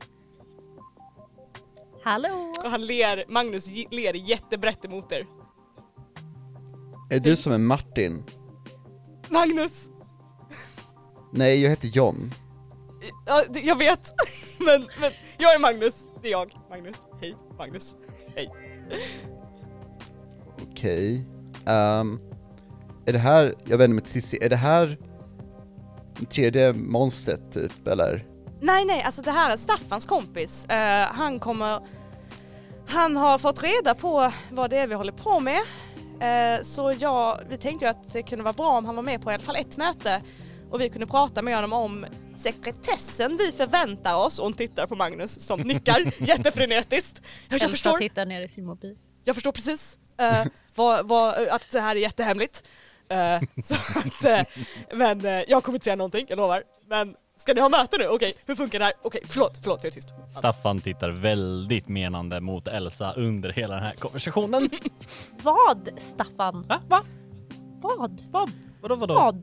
S1: Hallå!
S3: Och han ler, Magnus j- ler jättebrett emot er.
S6: Är du som en Martin?
S3: Magnus!
S6: Nej, jag heter John.
S3: Ja, det- jag vet, men, men jag är Magnus. Det är jag, Magnus. Hej, Magnus.
S6: Okej. Ehm, är det här, jag vänder mig till Cissi, är det här det tredje monstret typ, eller?
S3: Nej, nej, alltså det här är Staffans kompis. Eh, han kommer... Han har fått reda på vad det är vi håller på med. Eh, så jag, vi tänkte ju att det kunde vara bra om han var med på i alla fall ett möte och vi kunde prata med honom om sekretessen vi förväntar oss. Och hon tittar på Magnus som nickar jättefrenetiskt. Jag, jag förstår.
S1: tittar ner i sin mobil.
S3: jag förstår precis eh, vad, vad, att det här är jättehemligt. Eh, så att, eh, men eh, jag kommer inte säga någonting, jag lovar. Men Ska ni ha möte nu? Okej, hur funkar det här? Okej, förlåt, förlåt, jag är tyst.
S5: Staffan tittar väldigt menande mot Elsa under hela den här konversationen.
S8: Vad, Staffan?
S5: Va? Va?
S8: Vad?
S5: Vadå vadå?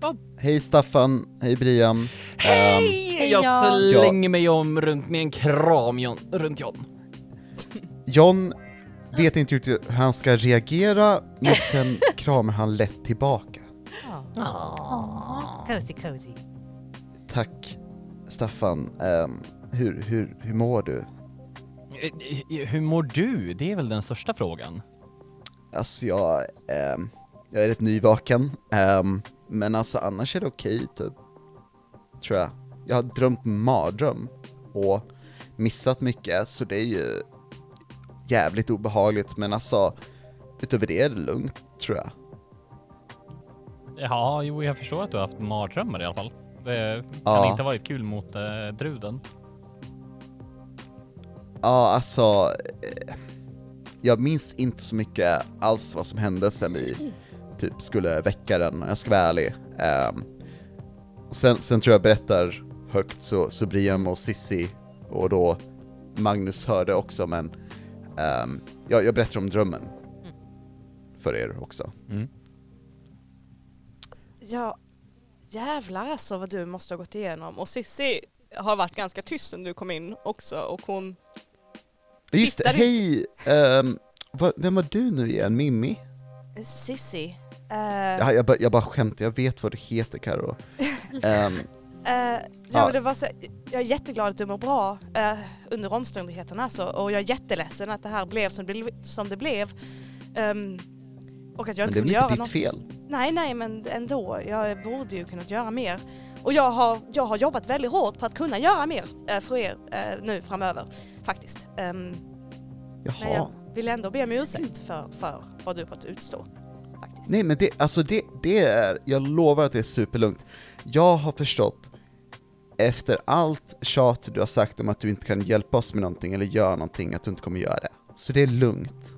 S8: Vad?
S6: Hej Staffan, hej Brian. Ehm,
S5: Hej! Eh, Jag
S8: Hej,
S6: Jan.
S5: slänger mig om runt med en kram John, runt John.
S6: John vet inte riktigt hur han ska reagera, men sen kramar han lätt tillbaka.
S7: Cozy, cozy.
S6: Tack Staffan, Ehm, hur, hur, hur mår du?
S5: Eh, eh, Hur mår du? Det är väl den största frågan?
S6: Alltså jag, ehm, jag är rätt nyvaken, ehm, men alltså annars är det okej typ. Tror jag. Jag har drömt mardröm och missat mycket så det är ju jävligt obehagligt men alltså utöver det är det lugnt tror jag.
S5: Ja, jo, jag förstår att du har haft mardrömmar i alla fall. Det kan
S6: Ja.
S5: inte ha varit kul mot eh, druden.
S6: Ja alltså, eh, jag minns inte så mycket alls vad som hände sen vi typ skulle väcka den, jag ska vara ärlig. Ehm, och sen, sen tror jag berättar högt så, så Brian och Sissi och då Magnus hörde också men ehm, jag, jag berättar om drömmen för er också.
S3: Ja, jävlar alltså vad du måste ha gått igenom. Och Sissi har varit ganska tyst sen du kom in också och hon...
S6: Just det,
S3: Tittar
S6: hej! ehm, vad- vem var du nu igen, Mimmi?
S3: Eh,
S7: Sissi.
S6: Jag, jag, bara- jag bara skämtar, jag vet vad du heter Karo. Ehm,
S7: Eh,
S6: Ja.
S7: ja, men det var så, jag är jätteglad att du mår bra eh, under omständigheterna alltså, och jag är jätteledsen att det här blev som, det blev- som det blev. Ehm, och att jag
S6: men det
S7: inte
S6: är väl
S7: kunde göra
S6: inte
S7: något.
S6: ditt fel?
S7: Nej, nej, men ändå. Jag borde ju kunnat göra mer. Och jag har, jag har jobbat väldigt hårt på att kunna göra mer eh, för er eh, nu framöver, faktiskt. Ehm,
S6: Jaha.
S7: men jag vill ändå be om ursäkt för, för vad du fått utstå, faktiskt.
S6: Nej men det, alltså det, det är, jag lovar att det är superlugnt. Jag har förstått efter allt tjat du har sagt om att du inte kan hjälpa oss med någonting eller göra någonting, att du inte kommer göra det. Så det är lugnt.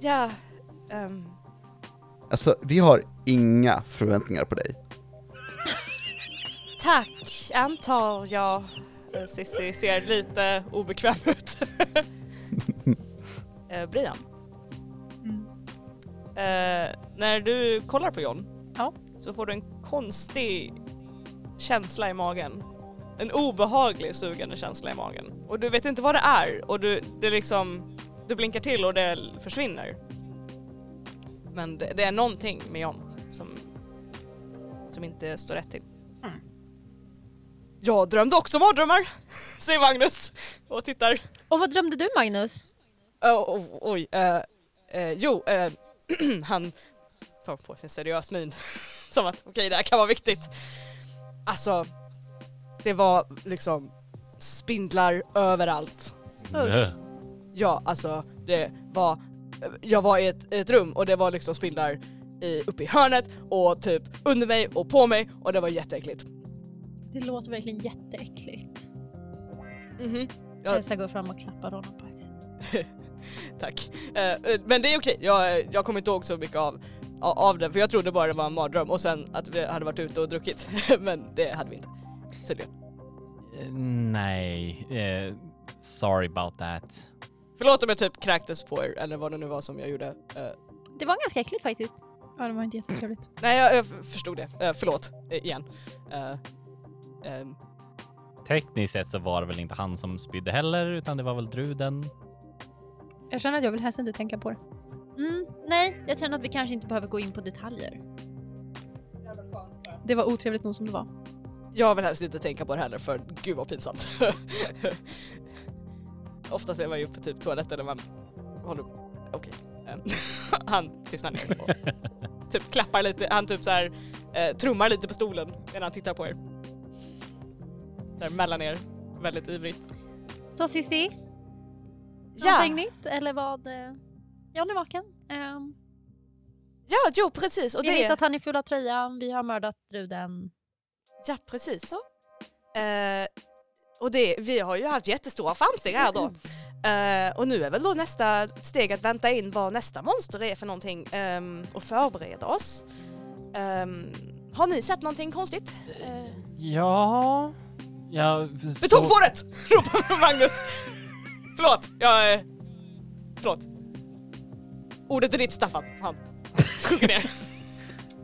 S7: Ja, ehm,
S6: Alltså vi har inga förväntningar på dig.
S7: tack antar jag.
S3: eh, Sissi ser lite obekväm ut. eh, Brian, eh, när du kollar på John
S4: Ja.
S3: så får du en konstig känsla i magen. En obehaglig sugande känsla i magen. Och du vet inte vad det är och du, det liksom, du blinkar till och det försvinner. Men det, det är någonting med John som, som inte står rätt till.
S4: Mm.
S3: Jag drömde också mardrömmar, säger Magnus och tittar.
S8: Och vad drömde du, Magnus?
S3: Ö, o- oj, eh, eh, jo, eh, han tar på sin seriös min. Som att okej, det här kan vara viktigt. Alltså, det var liksom spindlar överallt.
S5: Nö.
S3: Ja, alltså det var, jag var i ett, ett rum och det var liksom spindlar i, uppe i hörnet och typ under mig och på mig och det var jätteäckligt.
S8: Det låter verkligen jätteäckligt.
S3: Mhm. Ja.
S8: Elsa går fram och klappar honom på axeln.
S3: Tack. Eh, eh, men det är okej, jag, eh, jag kommer inte ihåg så mycket av, a- av den för jag trodde bara det var en mardröm och sen att vi hade varit ute och druckit. men det hade vi inte. Tydligen.
S5: Eh, Nej, eh, sorry about that.
S3: Förlåt om jag typ kräktes på er eller vad det nu var som jag gjorde. Eh,
S8: Det var ganska äckligt faktiskt.
S4: Ja, det var inte jättetrevligt.
S3: nej, jag, jag f- förstod det. Eh, förlåt, eh, igen. Eh, ehm,
S5: Tekniskt sett så var det väl inte han som spydde heller, utan det var väl druden.
S4: Jag känner att jag vill helst inte tänka på det.
S8: Mm, nej, jag känner att vi kanske inte behöver gå in på detaljer.
S4: Det var otrevligt nog som det var.
S3: jag vill helst inte tänka på det heller för gud vad pinsamt. Oftast är man ju på typ toaletten när man håller... Okej. Eh, han tystnar ner och typ klappar lite, han typ så här eh, trummar lite på stolen medan han tittar på er. Där mellan er, väldigt ivrigt.
S8: Så Cissi,
S7: Ja,
S8: någonting nytt eller vad? eh, John är vaken. Ehm,
S7: ja, jo precis. Och
S8: vi vet
S7: det,
S8: att han är full av tröjan, vi har mördat bruden.
S7: ja, precis.
S8: Ja.
S7: Eh, och det, vi har ju haft jättestora framsteg här då. Eh, och nu är väl då nästa steg att vänta in vad nästa monster är för någonting ehm, och förbereda oss. Ehm,
S3: Har ni sett någonting konstigt? Eh,
S5: Ja... Jag
S3: vi
S5: såg,
S3: tog fåret! ropar Magnus. Förlåt, jag... eh, Förlåt. Ordet är ditt Staffan. Han sjunker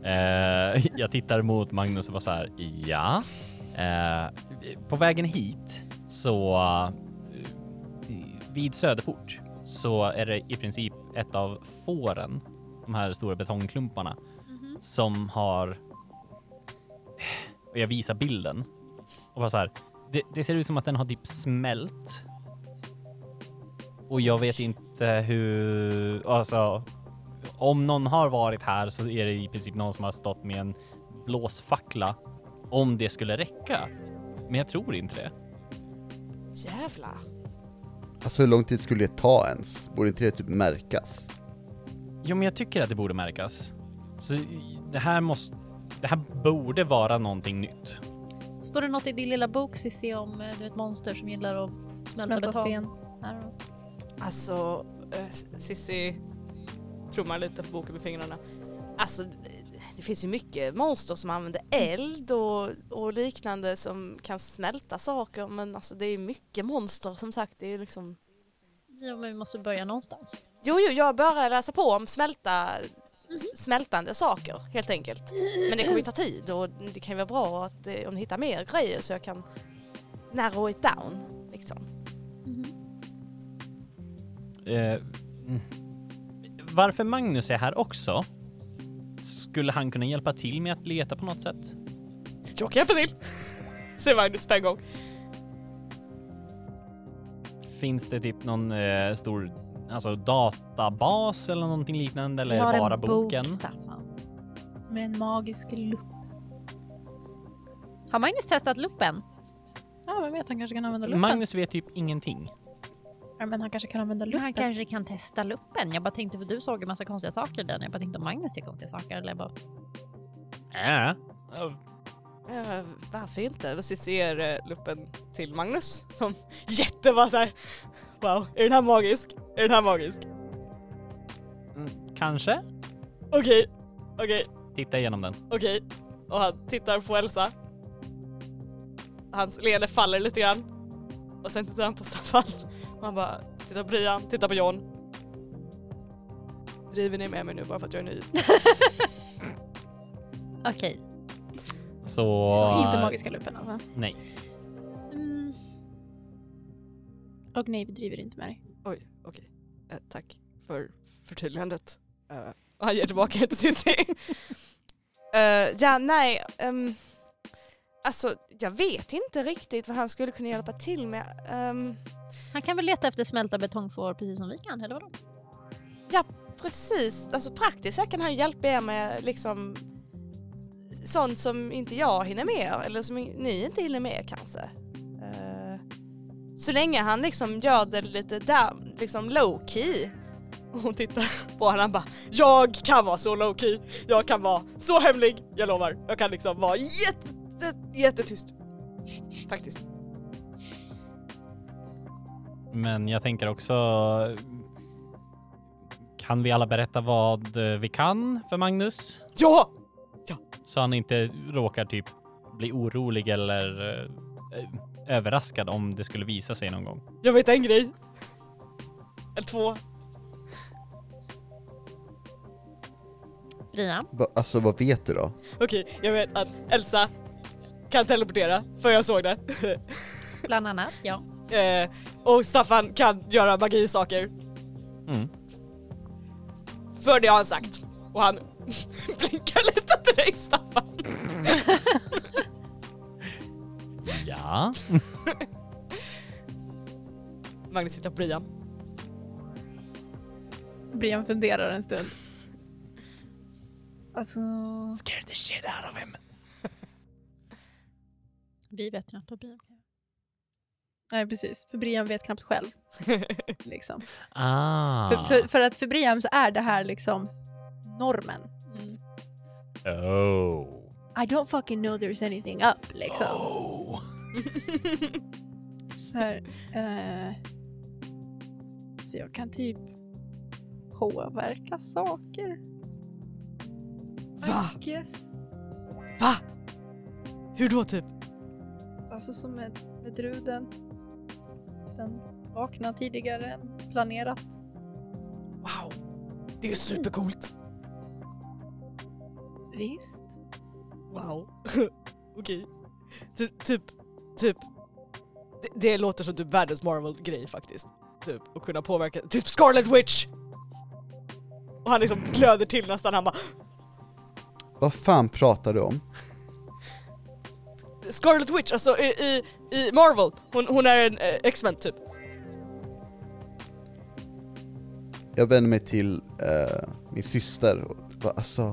S3: ner.
S5: eh, jag tittar mot Magnus och var så här, ja. Eh, på vägen hit så eh, vid Söderport så är det i princip ett av fåren, de här stora betongklumparna, som har... Och jag visar bilden och bara så här. Det, det ser ut som att den har typ smält. Och jag vet inte hur, alltså om någon har varit här så är det i princip någon som har stått med en blåsfackla. Om det skulle räcka. Men jag tror inte det.
S3: Jävlar.
S6: Alltså hur lång tid skulle det ta ens? Borde inte det typ märkas?
S5: Jo, men jag tycker att det borde märkas. Så det här måste... Det här borde vara någonting nytt.
S9: Står det något i din lilla bok Cissi om eh, du är ett monster som gillar att smälta,
S4: Smälta
S9: betong?
S4: sten.
S9: I don't know.
S3: Alltså, eh, Sissi trummar lite på boken med fingrarna. Alltså, det finns ju mycket monster som använder eld och, och liknande som kan smälta saker men alltså det är mycket monster som sagt. Det är liksom...
S9: Ja, men vi måste börja någonstans.
S3: Jo, jo, jag börjar läsa på om smälta, s- smältande saker helt enkelt. Men det kommer ju ta tid och det kan ju vara bra att, eh, om ni hittar mer grejer så jag kan narrow it down. Liksom.
S1: Mhm.
S5: Eh, mm. varför Magnus är här också? Skulle han kunna hjälpa till med att leta på något sätt?
S3: Jag kan hjälpa till! Säger Magnus på en gång.
S5: Finns det typ någon eh, stor alltså, databas eller någonting liknande? Eller
S9: Vi
S5: är
S9: har
S5: det bara
S9: en bok,
S5: boken?
S9: Staffan.
S4: Med en magisk lupp.
S1: Har Magnus testat luppen?
S4: Ja, vem vet, han kanske kan använda luppen.
S5: Magnus vet typ ingenting.
S4: Ja, men han kanske kan använda luppen.
S1: Han kanske kan testa luppen. Jag bara tänkte för du såg en massa konstiga saker där. Jag bara tänkte om Magnus ser konstiga saker eller bara...
S5: Äh.
S3: Eh, varför inte? Och så ser eh, luppen till Magnus som jätte bara såhär Wow, är den här magisk? Är den här magisk?
S5: Mm, Kanske?
S3: Okej, okej,
S5: Titta igenom den.
S3: okej. Och han tittar på Elsa. Hans leende faller lite grann. Och sen tittar han på Staffan. Och han bara tittar på Brian, tittar på John. Driver ni med mig nu bara för att jag är ny?
S1: Okej.
S5: Så... eh,
S4: Så inte magiska luppen alltså.
S5: Nej.
S1: Mm.
S4: Och nej, vi driver inte med dig.
S3: Oj, okej. Eh, tack för förtydligandet. Eh, och han ger tillbaka det till Cissi. Eh, ja, nej. Um, alltså, jag vet inte riktigt vad han skulle kunna hjälpa till med. Ehm,
S1: Han kan väl leta efter smälta betongfår precis som vi kan, eller vadå?
S3: precis, alltså praktiskt så kan han hjälpa er med liksom sånt som inte jag hinner med eller som ni inte hinner med kanske. Eh, så länge han liksom gör det lite där, liksom low key. Och hon tittar på honom han bara Jag kan vara så low key, jag kan vara så hemlig, jag lovar. Jag kan liksom vara jätte, jättetyst. Faktiskt.
S5: Men jag tänker också... Kan vi alla berätta vad eh, vi kan för Magnus?
S3: Ja!
S5: Så han inte råkar typ bli orolig eller eh, överraskad om det skulle visa sig någon gång.
S3: Jag vet en grej. Eller två.
S1: Brian?
S6: Va, alltså vad vet du då?
S3: Okej, jag vet att Elsa kan teleportera, för jag såg det.
S1: Bland annat, ja.
S3: Eh, och Staffan kan göra magisaker,
S5: Mm.
S3: för det har han sagt. Och han blinkar lite till dig Staffan.
S5: Ja.
S3: Magnus tittar på Brian.
S4: Brian funderar en stund. Alltså...
S1: Vi vet knappt vad Brian kan göra.
S4: Nej, precis. För Brian vet knappt själv. liksom.
S5: Ah.
S4: för, för, för att för Brian så är det här liksom normen.
S5: Oh.
S4: I don't fucking know there's anything up, liksom.
S5: oh.
S4: Så här, eh, så jag kan typ påverka saker. Va? I guess.
S3: Va? Hur då typ?
S4: Alltså som med, med druden. Den vaknar tidigare än planerat.
S3: Wow! Det är ju supercoolt!
S4: Visst.
S3: Wow. Okej. Ty- typ, typ. Det, det låter som typ världens Marvel-grej faktiskt. Typ att kunna påverka, typ Scarlet Witch! Och han liksom glöder till nästan, han bara
S6: Vad fan pratar du om?
S3: Scarlet Witch, alltså i, i, i Marvel, hon, hon är en eh, X-Men typ.
S6: Jag vänder mig till eh, min syster och bara alltså,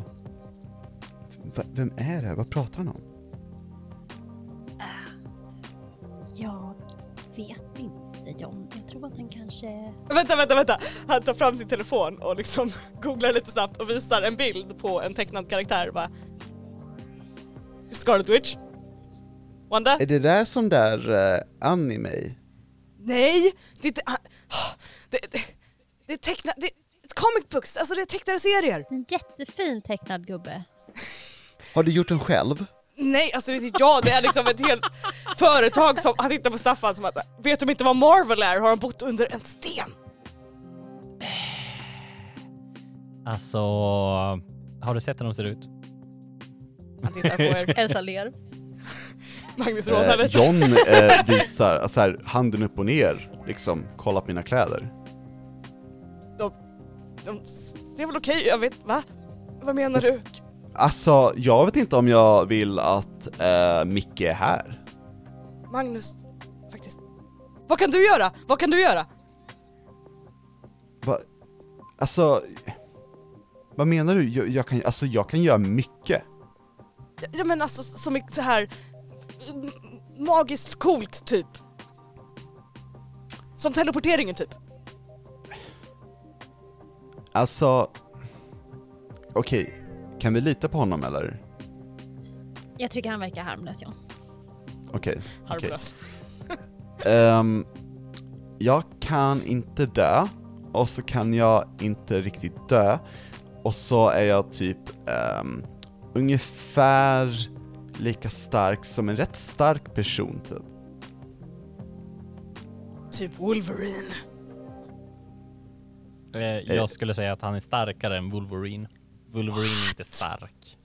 S6: va, vem är det här? Vad pratar han om?
S1: Jag vet inte John. Jag tror att han kanske...
S3: Vänta, vänta, vänta! Han tar fram sin telefon och liksom googlar lite snabbt och visar en bild på en tecknad karaktär och bara Scarlet Witch? Wanda?
S6: Är det där som där eh, anime?
S3: Nej! Det är inte... ah, Det, det, det är tecknat... Det är comic books, alltså det är tecknade serier!
S1: En jättefin tecknad gubbe.
S6: Har du gjort den själv?
S3: Nej, alltså det är inte jag, det är liksom ett helt företag som... Han tittar på Staffan som att Vet de inte vad Marvel är? Har de bott under en sten?
S5: Alltså, har du sett hur de ser ut?
S3: Han tittar på er.
S10: Elsa ler.
S3: Magnus rånar
S6: Eh,
S3: lite.
S6: John eh, visar alltså här, handen upp och ner, liksom, kolla på mina kläder.
S3: De ser väl okej jag vet... Va? Vad menar du?
S6: Alltså, jag vet inte om jag vill att eh, Micke är här.
S3: Magnus, faktiskt. Vad kan du göra? Vad kan du göra?
S6: Va? Alltså, vad menar du? Jag, jag, kan, alltså, jag kan göra mycket.
S3: Ja, Ja men alltså som i så här m- magiskt coolt typ. Som teleporteringen typ.
S6: Alltså, okej, kan vi lita på honom eller?
S1: Jag tycker han verkar harmlös John.
S6: Okej. okej.
S3: Harmlös.
S6: Ehm, jag kan inte dö, och så kan jag inte riktigt dö, och så är jag typ ehm, ungefär lika stark som en rätt stark person typ.
S3: Typ Wolverine.
S5: Eh, Jag skulle säga att han är starkare än Wolverine. Wolverine är inte stark.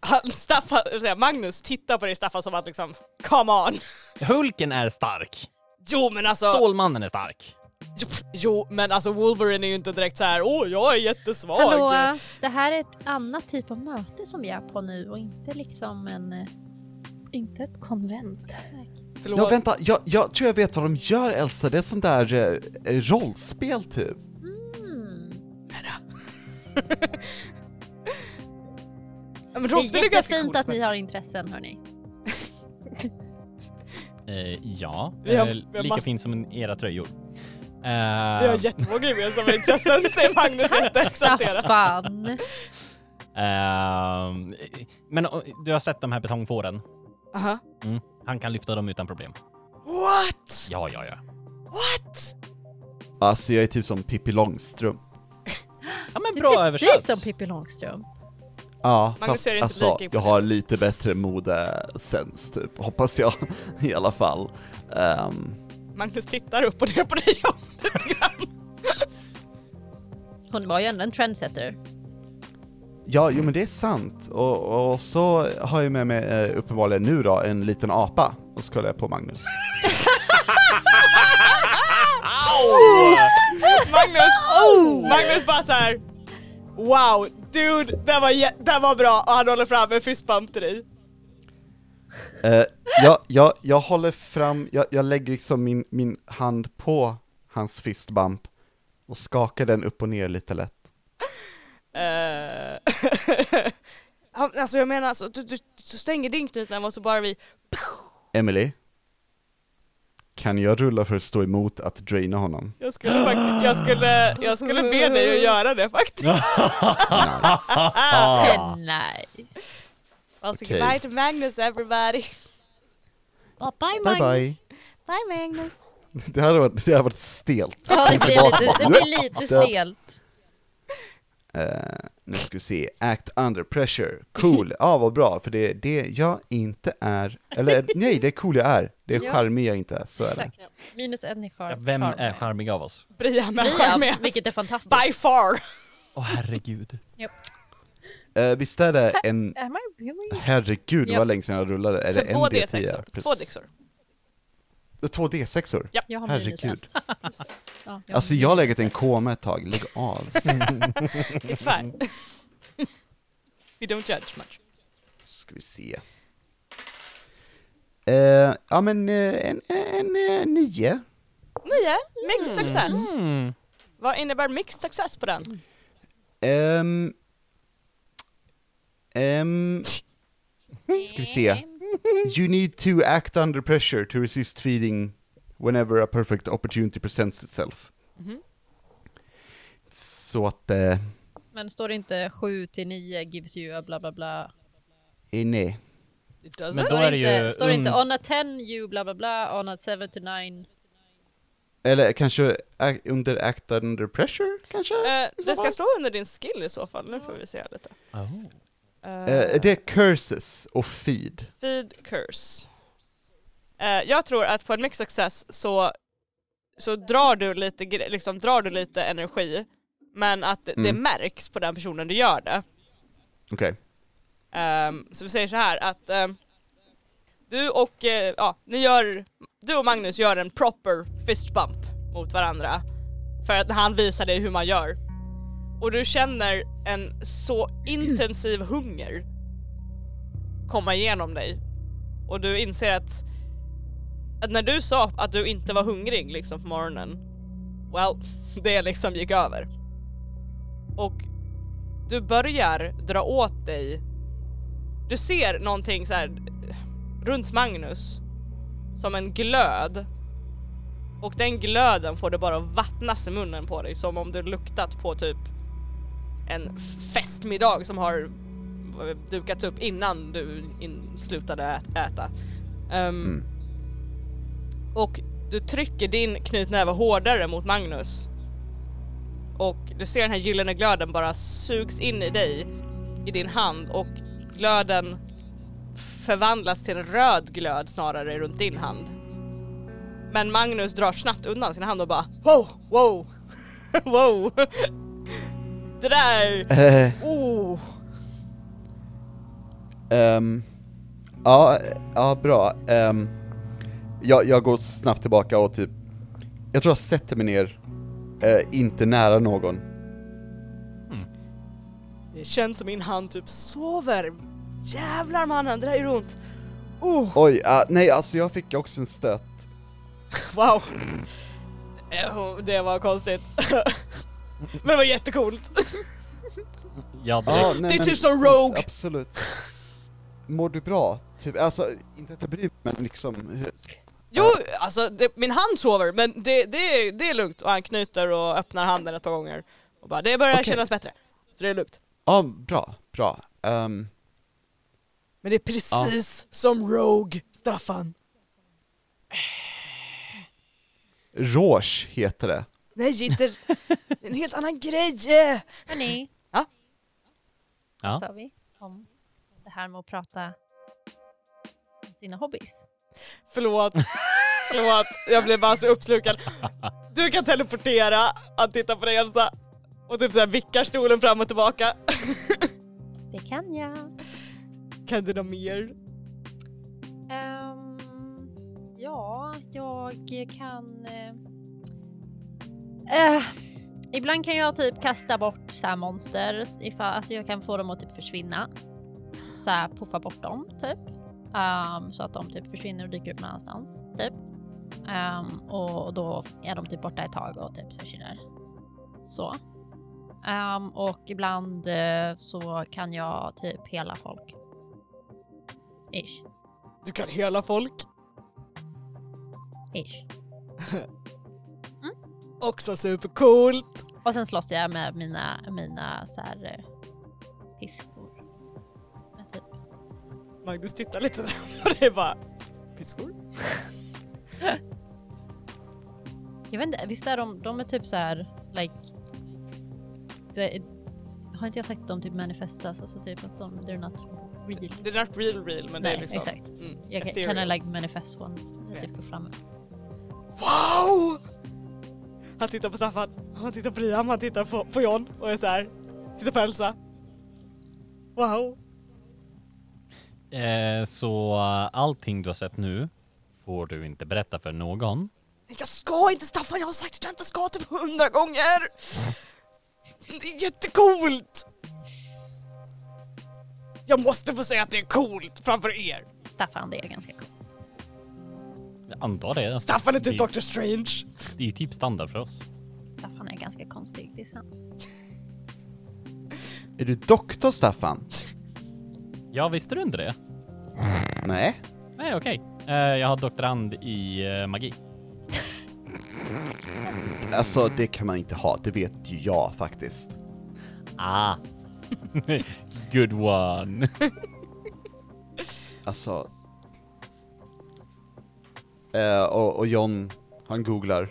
S3: Han, Staffan, eller säga, Magnus tittar på dig Staffan som att liksom, come on.
S5: Hulken är stark!
S3: Jo men alltså,
S5: Stålmannen är stark!
S3: jo, jo men alltså Wolverine är ju inte direkt så här, åh jag är jättesvag.
S1: Hallå! Det här är ett annat typ av möte som vi är på nu och inte liksom en... eh,
S4: Inte ett konvent.
S3: Förlåt.
S11: Ja vänta, jag, jag tror jag vet vad de gör Elsa, det är sånt där eh, eh, rollspel typ.
S1: Hmm.
S3: Ja, men
S1: Det är
S3: rollspel är ganska
S1: jättefint
S3: coolt,
S1: att
S3: men-
S1: ni har intressen hörni.
S5: Eh, ja,
S3: Vi har-
S5: eh,
S3: vi har
S5: lika
S3: mass-
S5: fint som en- era tröjor. Eh,
S3: Vi har jättemånga gemensamma intressen säger Magnus jätteexalterad.
S1: Staffan!
S5: ehm, eh, men eh, du har sett de här betongfåren?
S3: Aha.
S5: Mm. Han kan lyfta dem utan problem.
S3: What?
S5: Ja, ja, ja.
S3: What?
S6: Alltså jag är typ som Pippi Långstrump.
S5: Ja, men
S1: Du
S5: bra
S1: är precis
S5: översatt!
S1: som Pippi Långstrump.
S6: Ja,
S3: Magnus
S6: fast
S3: är inte lika
S6: alltså jag
S3: imponerad.
S6: har lite bättre modesens typ, hoppas jag i alla fall. Ehm,
S3: Magnus tittar upp och ner på dig John, lite grann.
S1: Hon var ju ändå en trendsetter.
S6: Ja, jo men det är sant. Och, och så har jag med mig, eh, uppenbarligen nu då, en liten apa. Och så kollar jag på Magnus.
S3: Magnus, Magnus bara så här. Wow, dude, det var, jä- det var bra och han håller fram en fistbump till dig.
S6: Eh, jag, jag, jag håller fram, jag, jag lägger liksom min, min hand på hans fistbump och skakar den upp och ner lite lätt.
S3: Eh, han- alltså jag menar, alltså, du, du, du stänger din knytnäve och så bara vi...
S6: Emily, kan jag rulla för att stå emot att draina honom?
S3: Jag skulle faktiskt, jag skulle, jag skulle be dig att göra det faktiskt.
S5: Ah.
S1: Nice.
S3: Alltså
S6: Okej.
S3: goodbye to Magnus everybody.
S1: Bye bye
S6: Bye
S1: Magnus!
S6: bye!
S3: Bye Magnus.
S6: Det här har varit, det här har varit stelt.
S1: Ja det blir lite, det blir lite
S6: Ja.
S1: stelt.
S6: Eh, nu ska vi se, Act Under Pressure, cool, ja vad bra, för det är det jag inte är, eller nej, det är cool jag är, det är
S1: Ja.
S6: charmig jag inte är, så är det.
S1: Exakt. Minus en i charm.
S5: Ja, Vem är charmig av oss?
S3: Brian är
S1: Mia,
S3: charmig.
S1: vilket är fantastiskt.
S3: By far!
S5: Åh herregud.
S6: Eh, visst är det en,
S4: Am I really?
S6: herregud
S1: Ja.
S6: vad länge sedan jag rullade, är
S3: Så
S6: det en
S3: två
S6: D10?
S3: D6-or.
S6: plus-
S3: Två D6-or.
S6: Eh, Två D6-or?
S1: Jag har minus
S6: Herregud.
S1: ett. Ja, har
S6: Alltså jag har
S1: minus
S6: legat i en
S1: ett.
S6: koma ett tag, lägg av.
S3: It's fine. We don't judge much.
S6: ska vi se. Eh, ja men eh, en, en, en nio.
S3: Nio, mixed success.
S5: Mm.
S3: Vad innebär mixed success på den?
S6: Ehm. Ehm. ska vi se. You need to act under pressure to resist feeding whenever a perfect opportunity presents itself.
S3: Mhm.
S6: Så att, eh,
S1: Men står det inte 7 till 9 gives you a bla bla bla?
S6: eh, nej.
S3: It doesn't.
S5: Men då
S1: Står
S5: är
S1: det
S5: det
S1: inte,
S5: ju...
S1: står det inte
S5: un-
S1: on a 10 you bla bla bla, on a 7 to 9?
S6: Eller kanske ac- under act under pressure, kanske?
S3: Eh, det ska stå under din skill i så fall, nu får vi se lite.
S5: Oh.
S6: Eh, det är curses och feed.
S3: Feed curse. Eh, jag tror att på en mixed success så, så drar, du lite, gre- liksom, drar du lite energi men att det, det
S6: Mm.
S3: märks på den personen du gör det.
S6: Okej.
S3: Ehm, så vi säger så här att ehm, du och, eh, ja, ni gör, du och Magnus gör en proper fist bump mot varandra. För att han visar dig hur man gör. Och du känner en så intensiv hunger komma igenom dig. Och du inser att, att när du sa att du inte var hungrig liksom på morgonen, well, det liksom gick över. Och du börjar dra åt dig du ser någonting så här runt Magnus som en glöd och den glöden får det bara att vattnas i munnen på dig som om du luktat på typ en festmiddag som har eh, dukats upp innan du in slutade ä- äta. Ehm,
S6: Mm.
S3: Och du trycker din knytnäve hårdare mot Magnus och du ser den här gyllene glöden bara sugs in i dig i din hand och glöden förvandlas till en röd glöd snarare runt din hand. Men Magnus drar snabbt undan sin hand och bara wow, wow, wow. Det där,
S6: Eh,
S3: oh.
S6: Ehm, ja, ja, bra. Ehm, jag, jag går snabbt tillbaka och typ, jag tror jag sätter mig ner, eh, inte nära någon.
S3: Det känns som min hand typ sover. Jävlar mannen, det där gör ont. Oh,
S6: Oj, ah, nej alltså jag fick också en stöt.
S3: wow. Eh, Det var konstigt. Men det var jättecoolt.
S5: Ja, direkt.
S6: Ja,
S3: Det är typ som Rogue.
S6: Absolut. Mår du bra? Typ, alltså inte att jag bryr mig men liksom, hur-
S3: Jo, alltså det, min hand sover men det, det, det är lugnt. Och han knyter och öppnar handen ett par gånger. Och bara, det börjar
S6: Okej.
S3: kännas bättre. Så det är lugnt.
S6: ja bra, bra. Ehm,
S3: Men det är precis som Rogue, Staffan.
S6: Rouge heter det.
S3: Nej, inte... det är en helt annan grej! eh.
S1: Hörni.
S3: Ja?
S5: Ja.
S1: Vad sa vi om det här med att prata om sina hobbys?
S3: Förlåt. Förlåt, jag blev bara så uppslukad. Du kan teleportera, att titta på dig Elsa. Och typ såhär vickar stolen fram och tillbaka.
S1: Det kan jag.
S3: Kan du något mer?
S1: Ehm, ja, jag kan... eh, eh, ibland kan jag typ kasta bort så här monster. Ifall, alltså jag kan få dem att typ försvinna. Så här puffa bort dem typ. Ehm, så att de typ försvinner och dyker upp någon annanstans. Typ. Ehm, och då är de typ borta ett tag och typ försvinner. Så. Ehm, och ibland eh, så kan jag typ hela folk. Ish.
S3: Du kan hela folk.
S1: Ish.
S3: Också supercoolt.
S1: Och sen slåss jag med mina, mina så här, eh, piskor. Med typ.
S3: Magnus tittar lite så på dig bara. Piskor?
S1: Jag vet inte, visst är de, de är typ så här, like... Du är, Har inte jag sagt att de typ manifestas? Alltså typ att de, they're not real.
S3: Det är not real real men det
S1: Nej,
S3: är liksom...
S1: exakt.
S3: Mm,
S1: Jag kan
S3: ethereal.
S1: kinda like manifest one.
S3: Ja.
S1: Typ för framåt.
S3: Wow! Han tittar på Staffan, han tittar på Priam, han tittar på, på John och är såhär, tittar på Elsa. Wow!
S5: Eh, så eh, allting du har sett nu får du inte berätta för någon.
S3: Jag ska inte Staffan, jag har sagt att jag inte ska typ hundra gånger! Det är jättecoolt! Jag måste få säga att det är coolt framför er!
S1: Staffan, det är ganska coolt.
S5: Jag antar det. Alltså,
S3: Staffan är
S5: det,
S3: typ Dr. Strange!
S5: det är ju typ standard för oss.
S1: Staffan är ganska konstig, det är sant.
S6: Är du doktor Staffan?
S5: Ja, visste du inte det?
S6: Nej.
S5: Nej, okej. Eh, jag har doktorand i eh, magi.
S6: Alltså det kan man inte ha, det vet ju jag faktiskt.
S5: Ah! Good one.
S6: Alltså... Eh, och, och John, han googlar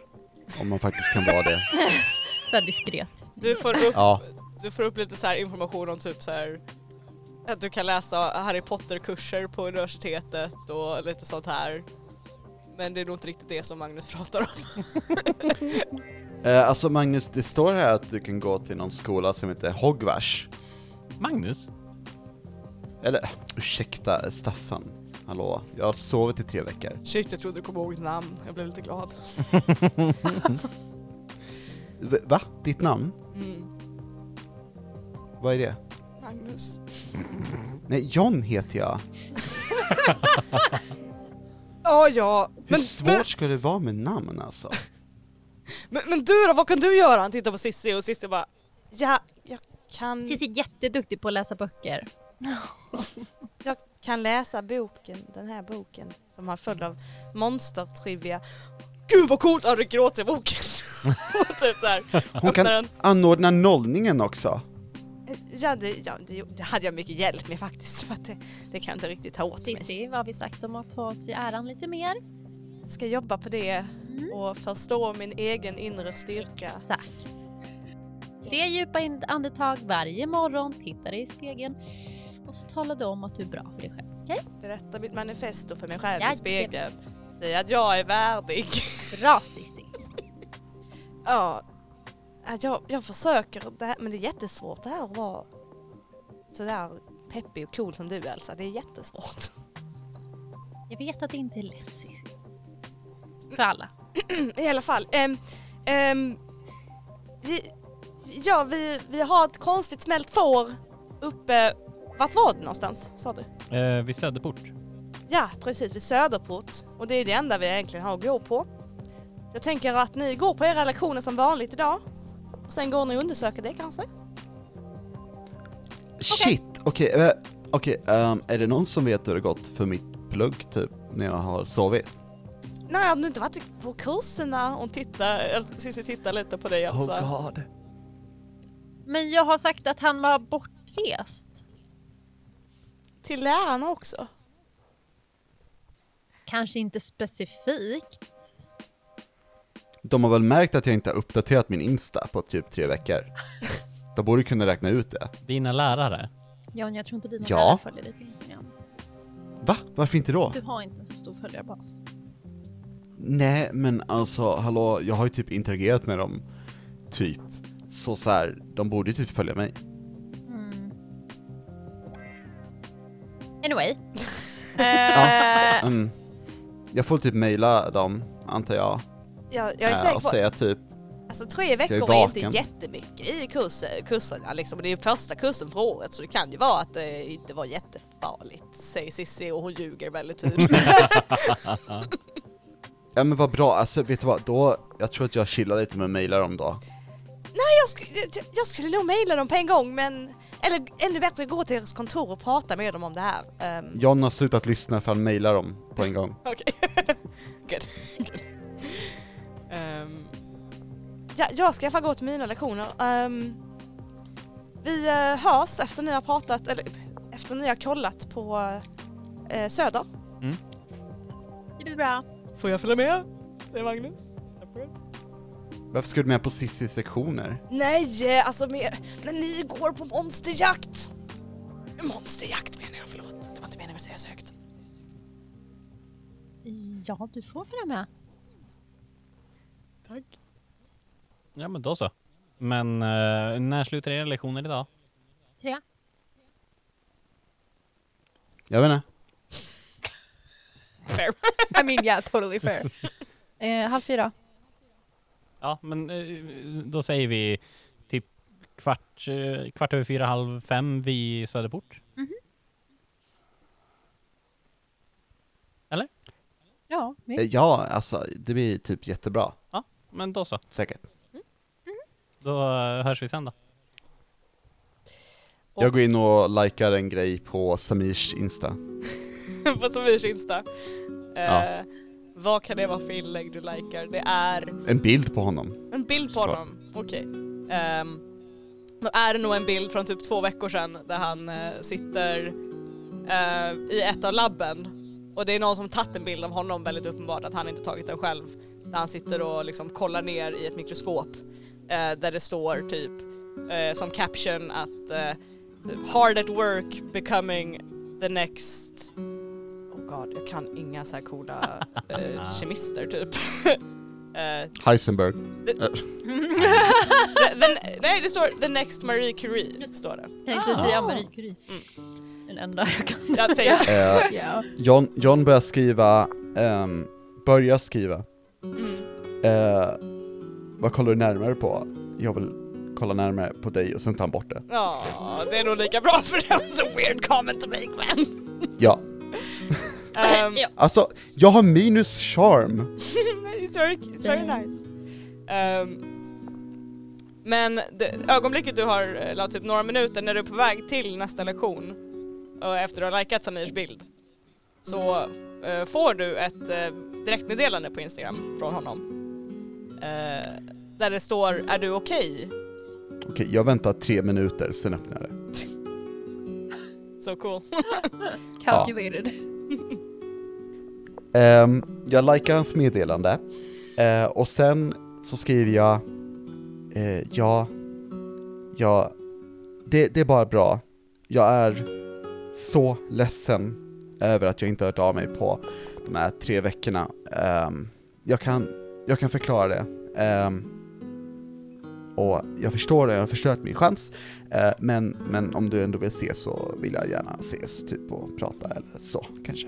S6: om man faktiskt kan vara det.
S1: Så här diskret.
S3: Du får upp,
S6: Ja.
S3: du får upp lite så här information om typ så här att du kan läsa Harry Potter-kurser på universitetet och lite sånt här. Men det är nog inte riktigt det som Magnus pratar om.
S6: Eh, alltså Magnus, det står här att du kan gå till någon skola som heter Hogwash.
S5: Magnus?
S6: Eller ursäkta, eh, Staffan. Hallå, jag har sovit i tre veckor.
S3: Shit, jag trodde du kom ihåg mitt namn. Jag blev lite glad.
S6: V- va? Ditt namn?
S3: Mm.
S6: Vad är det?
S3: Magnus.
S6: Nej, John heter jag.
S3: Ja, ja.
S6: Hur
S3: Men, men,
S6: svårt ska det vara med namn alltså?
S3: men, men du då, vad kan du göra? Han tittar på Sissi och Sissi bara Ja, jag kan,
S1: Cissi är jätteduktig på att läsa böcker.
S3: jag kan läsa boken, den här boken som har full av monstertrivia. Gud vad coolt! Han rycker åt sig boken. Och typ så här.
S6: Hon kan
S3: öppnar den.
S6: anordna nollningen också.
S3: Ja, det, ja det, det hade jag mycket hjälp med faktiskt. Så att det, det kan jag inte riktigt ta åt mig.
S1: Cissi, vad har vi sagt om att ta åt sig äran lite mer?
S3: Ska jobba på det och förstå min egen inre styrka.
S1: Exakt. Tre djupa in- andetag varje morgon, titta dig i spegeln och så tala du om att du är bra för dig själv. Okej?
S3: Berätta mitt manifesto för mig själv
S1: Ja,
S3: i spegeln. Säga att jag är värdig.
S1: Bra Cissi!
S3: Ja, ja, jag, jag försöker det här, men det är jättesvårt det här att vara sådär peppig och cool som du Elsa. Det är jättesvårt.
S1: Jag vet att det inte är lätt Cissi. För alla.
S3: I alla fall. ehm, ehm, vi, ja, vi, vi har ett konstigt smält får uppe... Vart var det någonstans sa du?
S5: Eh, vid Söderport.
S3: Ja, precis vid Söderport. Och det är det enda vi egentligen har att gå på. Jag tänker att ni går på era lektioner som vanligt idag. Och sen går ni och undersöker det kanske?
S6: Shit! Okej, eh, okej, ehm, är det någon som vet hur det gått för mitt plugg typ, när jag har sovit?
S3: Nej, har du inte varit på kurserna? Hon tittar, eller Cissi tittar lite på dig Elsa.
S5: god.
S1: Men jag har sagt att han var bortrest.
S3: Till lärarna också?
S1: Kanske inte specifikt.
S6: De har väl märkt att jag inte har uppdaterat min Insta på typ tre veckor? De borde kunna räkna ut det.
S5: Dina lärare?
S1: Jan, jag tror inte dina
S6: Ja.
S1: föräldrar följer dig på Instagram.
S6: Va? Varför inte då?
S1: Du har inte en så stor följarbas.
S6: Nej, men alltså hallå, jag har ju typ interagerat med dem, typ. Så så här, de borde ju typ följa mig.
S1: Mm. Anyway.
S6: Ja.
S1: eh,
S6: Mm. Jag får typ mejla dem, antar jag.
S3: Ja, jag är
S6: Eh,
S3: säker
S6: och
S3: på
S6: säga typ,
S3: Alltså tre veckor är,
S6: vaken.
S3: inte jättemycket i kurs, kurserna liksom. Det är ju första kursen för året så det kan ju vara att det inte var jättefarligt säger Cissi och hon ljuger väldigt tydligt.
S6: ja men vad bra, alltså vet du vad, då, jag tror att jag chillar lite med att mejla dem då.
S3: jag, skulle, jag, jag skulle nog mejla dem på en gång men eller ännu bättre gå till deras kontor och prata med dem om det här. Ehm,
S6: John har slutat lyssna för han mejlar dem på en gång.
S3: Okej. Good. Good. Ehm, ja, jag ska i alla fall gå till mina lektioner. Ehm, vi uh, hörs efter ni har pratat, eller efter ni har kollat på eh, Söder.
S1: det blir bra.
S3: Får jag följa med? Det är Magnus.
S6: Varför ska du med på Cissis sektioner?
S3: Nej, alltså mer när ni går på monsterjakt. Monsterjakt menar jag, förlåt. Det var inte meningen att säga så högt.
S1: Ja, du får följa med.
S5: Ja, men då så. Men eh, när slutar era lektioner idag?
S1: Tre.
S6: Jag vet inte.
S4: I mean yeah, totally fair. Eh, halv fyra.
S5: Ja, men eh, då säger vi typ kvart, eh, kvart över fyra, halv fem vid Söderport.
S4: Ja,
S6: Eh,
S4: visst.
S6: Ja, alltså det blir typ jättebra.
S5: Men då så.
S6: Säkert.
S5: Då eh, hörs vi sen då.
S6: Jag går in och likar en grej på Samirs Insta.
S3: på Samirs Insta. Eh,
S6: Ja.
S3: Vad kan det vara för inlägg du likar? Det är
S6: En bild på honom.
S3: en bild på
S6: Såklart.
S3: honom. Okej. Ehm, då är det nog en bild från typ två veckor sedan där han eh, sitter eh, i ett av labben och det är någon som tagit en bild av honom väldigt uppenbart att han inte tagit den själv. Där han sitter och liksom kollar ner i ett mikroskop eh, där det står typ eh, som caption att eh, hard at work becoming the next Oh god, jag kan inga så här coola eh, kemister typ. Eh,
S6: Heisenberg.
S3: The, the, nej det står The Next Marie Curie, står det.
S1: Tänkte
S4: Ah.
S1: säga Marie Curie. Mm. Den enda jag kan.
S3: Jag säger,
S6: Eh,
S4: Ja.
S6: John, John börjar skriva, ehm, börjar skriva.
S3: mm,
S6: Eh, vad kollar du närmare på? Jag vill kolla närmare på dig och sen tar han bort det.
S3: ja, det är nog lika bra för det was a weird comment to make man.
S6: Ja,
S3: Um,
S1: ja.
S6: alltså jag har minus charm.
S3: it's, very, it's very nice. Ehm, men det, ögonblicket du har, eller typ några minuter när du är på väg till nästa lektion och efter att ha likat Samirs bild så eh, får du ett eh, direktmeddelande på Instagram från honom. Eh, där det står är du okej?
S6: Okej, jag väntar tre minuter, sen öppnar jag det.
S3: So cool.
S4: Calculated.
S6: Ehm, jag likar hans meddelande eh, och sen så skriver jag eh, ja, ja, det, det är bara bra. Jag är så ledsen över att jag inte har hört av mig på de här tre veckorna. Ehm, jag, kan, jag kan förklara det. Ehm, och jag förstår det, jag har förstört min chans. Eh, men, men om du ändå vill ses så vill jag gärna ses typ och prata eller så kanske.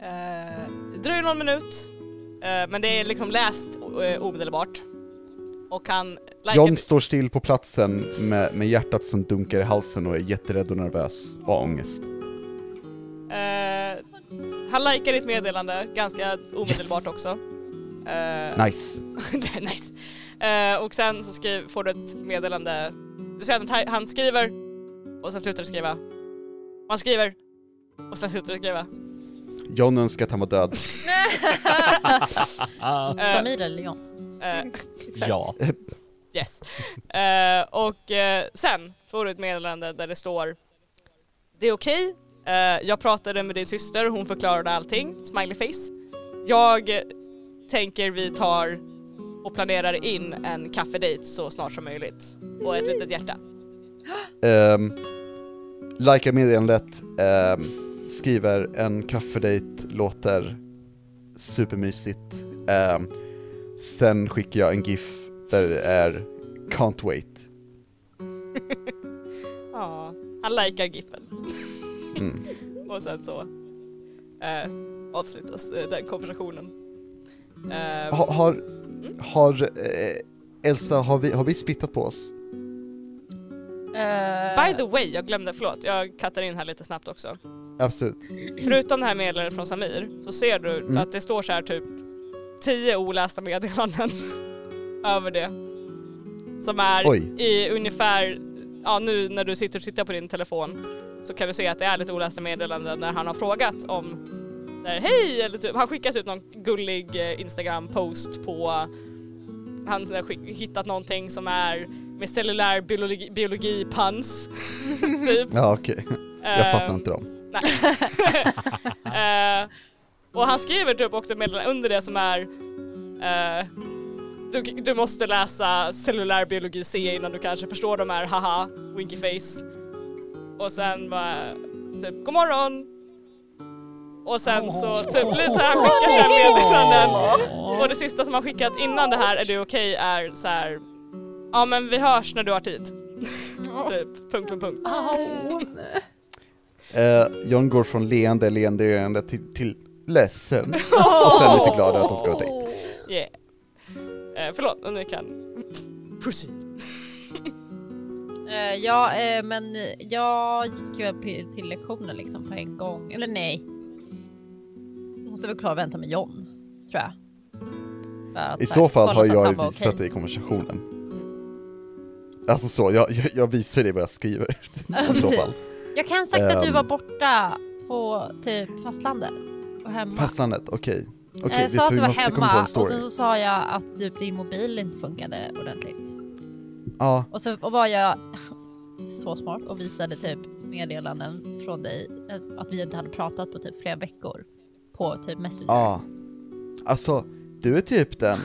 S3: Eh, det dröjer någon minut, eh, men det är liksom läst eh, omedelbart. Och han likar...
S6: John står still på platsen med, med hjärtat som dunkar i halsen och är jätterädd och nervös och har ångest.
S3: Eh, han likar ditt meddelande ganska omedelbart också. Eh,
S6: Nice.
S3: nice. Eh, och sen så skriv, får du ett meddelande. Du ser att han- han skriver och sen slutar du skriva. Och han skriver och sen slutar du skriva.
S6: John önskar att han var död.
S3: Eh,
S1: Samir eller John.
S3: eh,
S5: Ja.
S3: Yes. Eh, och eh, sen får du ett meddelande där det står Det är okej, Eh, jag pratade med din syster, hon förklarade allting, smiley face. Jag eh, tänker vi tar och planerar in en kaffedejt så snart som möjligt. Och ett litet hjärta.
S6: Um, Likar meddelandet, ehm, skriver en kaffedejt, låter supermysigt. Ehm, sen skickar jag en GIF där det är “Can't wait”.
S3: Ja, han likar giffen.
S6: Mm.
S3: Och sen så eh, avslutas eh, den konversationen. Eh,
S6: Ha, har, har, eh, Elsa, har vi, har vi splittat på oss?
S4: Eh,
S3: By the way, jag glömde, förlåt, jag kattar in här lite snabbt också.
S6: Absolut.
S3: Förutom det här meddelandet från Samir så ser du
S6: Mm.
S3: att det står så här typ 10 olästa meddelanden över det. Som är
S6: Oj.
S3: i ungefär, ja nu när du sitter och tittar på din telefon så kan du se att det är lite olästa meddelanden när han har frågat om så här, hej eller typ, han skickat ut någon gullig eh, Instagram-post på han har skick- hittat någonting som är med cellulär biologi, biologi-pans. typ.
S6: Ja okej, jag fattar
S3: Ehm,
S6: inte dem.
S3: Eh, och han skriver typ också meddelanden under det som är eh, Du, du måste läsa cellulär biologi C innan du kanske förstår de här haha, winky face. Och sen bara typ god morgon. Och sen så typ lite så här skickar så här meddelanden. Och det sista som han skickat innan det här är du okej är så här ja men vi hörs när du har tid. typ punkt punkt punkt.
S4: oh.
S6: Eh, John går från leende, leende, leende till, till ledsen. Och sen lite glad att de ska ha dejt.
S3: Yeah. Eh, förlåt, och ni kan proceed.
S1: Eh, ja, eh, men jag gick ju upp till till lektionen liksom på en gång. Eller nej. Jag måste väl klara att vänta med John, tror jag. För att
S6: I
S1: så
S6: så
S1: här,
S6: fall
S1: kolla
S6: har
S1: så att han
S6: jag
S1: var
S6: visat
S1: okej.
S6: det i konversationen. Alltså så, jag, jag, jag visar dig vad jag skriver i så fall.
S1: Jag kan ha sagt att du
S6: Ehm.
S1: var borta på typ fastlandet och hemma.
S6: Fastlandet, okej. Okej,
S1: Eh,
S6: vi,
S1: sa att
S6: vi
S1: du var
S6: måste komma på
S1: hemma
S6: en
S1: och
S6: story.
S1: sen så sa jag att typ din mobil inte funkade ordentligt.
S6: Ja,
S1: Och så och var jag så smart och visade typ meddelanden från dig eh, att vi inte hade pratat på typ flera veckor på typ Messenger.
S6: ja. Alltså, du är typ den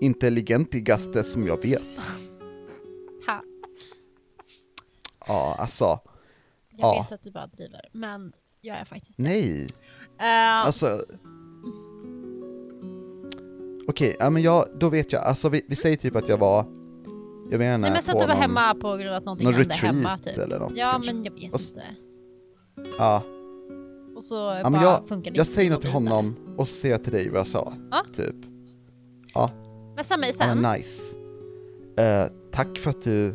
S6: intelligentigaste som jag vet.
S1: Ha.
S6: Ja, alltså,
S1: Jag
S6: Ja. Mm.
S1: vet att du bara driver, men jag är faktiskt det.
S6: nej.
S1: Eh,
S6: Alltså... Okej, ja men jag, då vet jag. Alltså vi, vi säger typ att jag var, jag menar
S1: nej men så
S6: på
S1: att du var
S6: någon,
S1: hemma på grund av att någonting
S6: någon
S1: hände
S6: retreat
S1: hemma typ.
S6: eller något
S1: Ja
S6: kanske.
S1: men jag vet
S6: Och s-
S1: inte.
S6: Ja,
S1: Och så
S6: ja
S1: bara
S6: men jag,
S1: funkade
S6: jag
S1: inte
S6: säger något till
S1: mobilen.
S6: honom och så säger jag till dig vad jag sa.
S1: Ja.
S6: Typ.
S1: Messa mig
S6: Ja,
S1: sen.
S6: men nice. Eh, tack för att du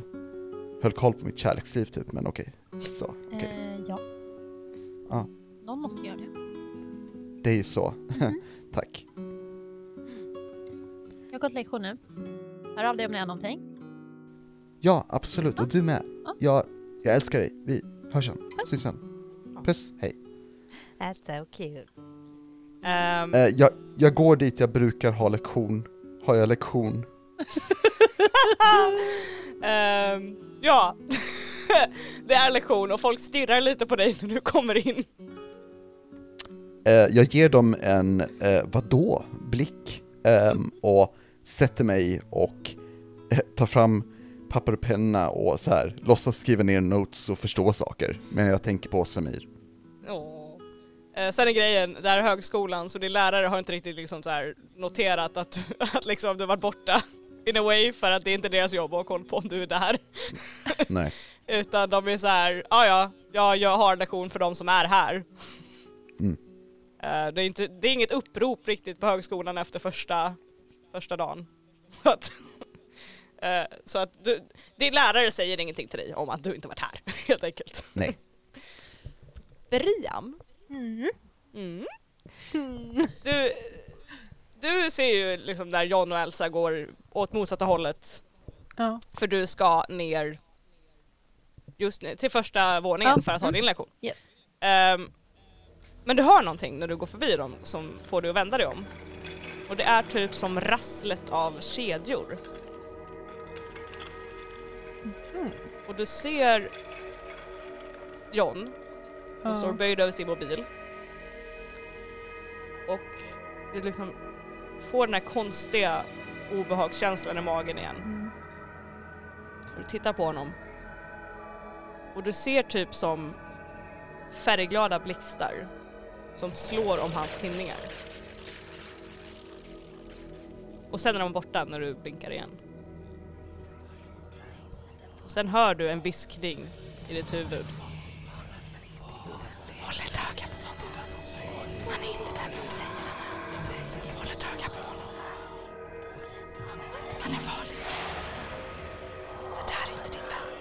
S6: höll koll på mitt kärleksliv typ, men okej. Så, okej.
S1: Eh, ja.
S6: Ja.
S1: Någon måste göra det.
S6: Det är ju så.
S1: Mm.
S6: tack.
S1: Jag har gått lektion nu. Hör av dig om ni har någonting.
S6: Ja, absolut. Och du med.
S1: Ja.
S6: Jag, jag älskar dig. Vi hörs sen. Syns sen. Puss, hej.
S3: That's so cute. Ehm.
S6: Eh, jag, jag går dit jag brukar ha lektion. Har jag lektion?
S3: Ehm, ja, det är lektion och folk stirrar lite på dig när du kommer in.
S6: Eh, jag ger dem en eh, vadå? Blick. ehm, och sätter mig och eh, tar fram papper och penna och så här låtsas skriva ner notes och förstå saker. Men jag tänker på Samir.
S3: Åh. Eh, sen är grejen, det här är högskolan så din lärare har inte riktigt liksom så här noterat att, du- att liksom du varit borta in a way för att det är inte deras jobb att ha koll på om du är där.
S6: Nej.
S3: Utan de är så här, ja ja, ja, jag har lektion för de som är här.
S6: Mm.
S3: Eh, det, är inte, det är inget upprop riktigt på högskolan efter första, första dagen. Så att, eh, så att du, din lärare säger ingenting till dig om att du inte varit här helt enkelt.
S6: Nej.
S3: Briam,
S4: Mm.
S3: Mm. Du, du ser ju liksom där John och Elsa går åt motsatta hållet
S4: Ja.
S3: för du ska ner just nu till första våningen
S4: Ja.
S3: för att ha din lektion.
S4: Yes.
S3: Ehm, men du hör någonting när du går förbi dem som får dig att vända dig om. Och det är typ som rasslet av kedjor. Och du ser John som står
S4: Ja.
S3: böjd över sin mobil. Och du liksom får den här konstiga obehagskänslan i magen igen.
S4: Mm.
S3: Och du tittar på honom. Och du ser typ som färgglada blixtar som slår om hans tinningar. Och sen är de borta när du blinkar igen. Och sen hör du en viskning i ditt huvud. Håll ett öga på honom. Han är inte där han säger. Håll ett öga på honom. Han är farlig. Det där är inte din vän.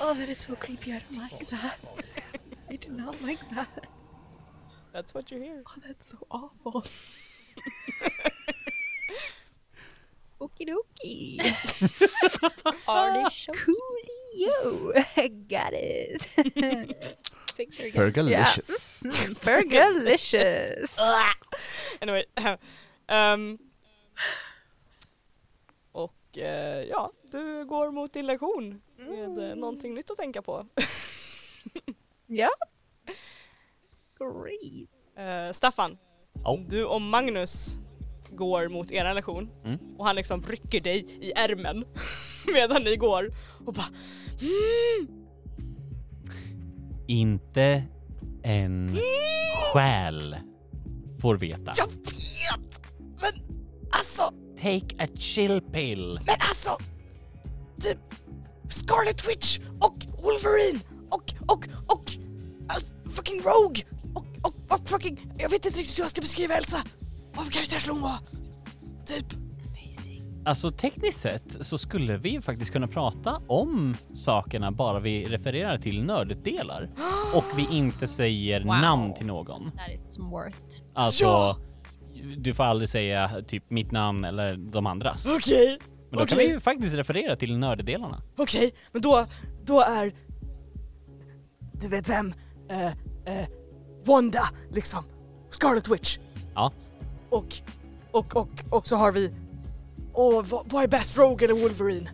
S4: Oh, that is so creepy. I don't like that. I do not like that.
S3: That's what you hear.
S4: Oh, that's so awful. Okie dokie.
S1: Arlie Show.
S4: Coolio. Got it.
S6: Fergalicious.
S4: Fergalicious.
S3: Anyway. ehm, och eh, ja, du går mot din lektion med eh, någonting nytt att tänka på.
S4: ja.
S12: Great.
S3: Eh, Staffan,
S5: Ja.
S3: du och Magnus går mot er lektion
S5: Mm.
S3: och han liksom rycker dig i ärmen medan ni går och bara mm,
S5: Inte en själ får veta.
S3: Jag vet! Men alltså,
S5: Take a chill pill.
S3: men alltså! Typ Scarlet Witch och Wolverine och, och, och alltså, fucking Rogue och, och, och fucking, jag vet inte riktigt hur jag ska beskriva Elsa. Vad för karaktärsslag hon var. Typ.
S5: Alltså tekniskt sett så skulle vi ju faktiskt kunna prata om sakerna bara vi refererar till nörddelar och vi inte säger namn till någon.
S1: That is smart.
S5: Alltså,
S3: Ja!
S5: du får aldrig säga typ mitt namn eller de andras. Men
S3: Okej.
S5: då kan
S3: okej.
S5: vi ju faktiskt referera till nörddelarna.
S3: Okej, men då, då är... Du vet vem? Eh, eh, Wanda, liksom. Scarlet Witch.
S5: Ja.
S3: Och, och, och, och så har vi... Åh, vad, vad är bäst? Rogue eller Wolverine?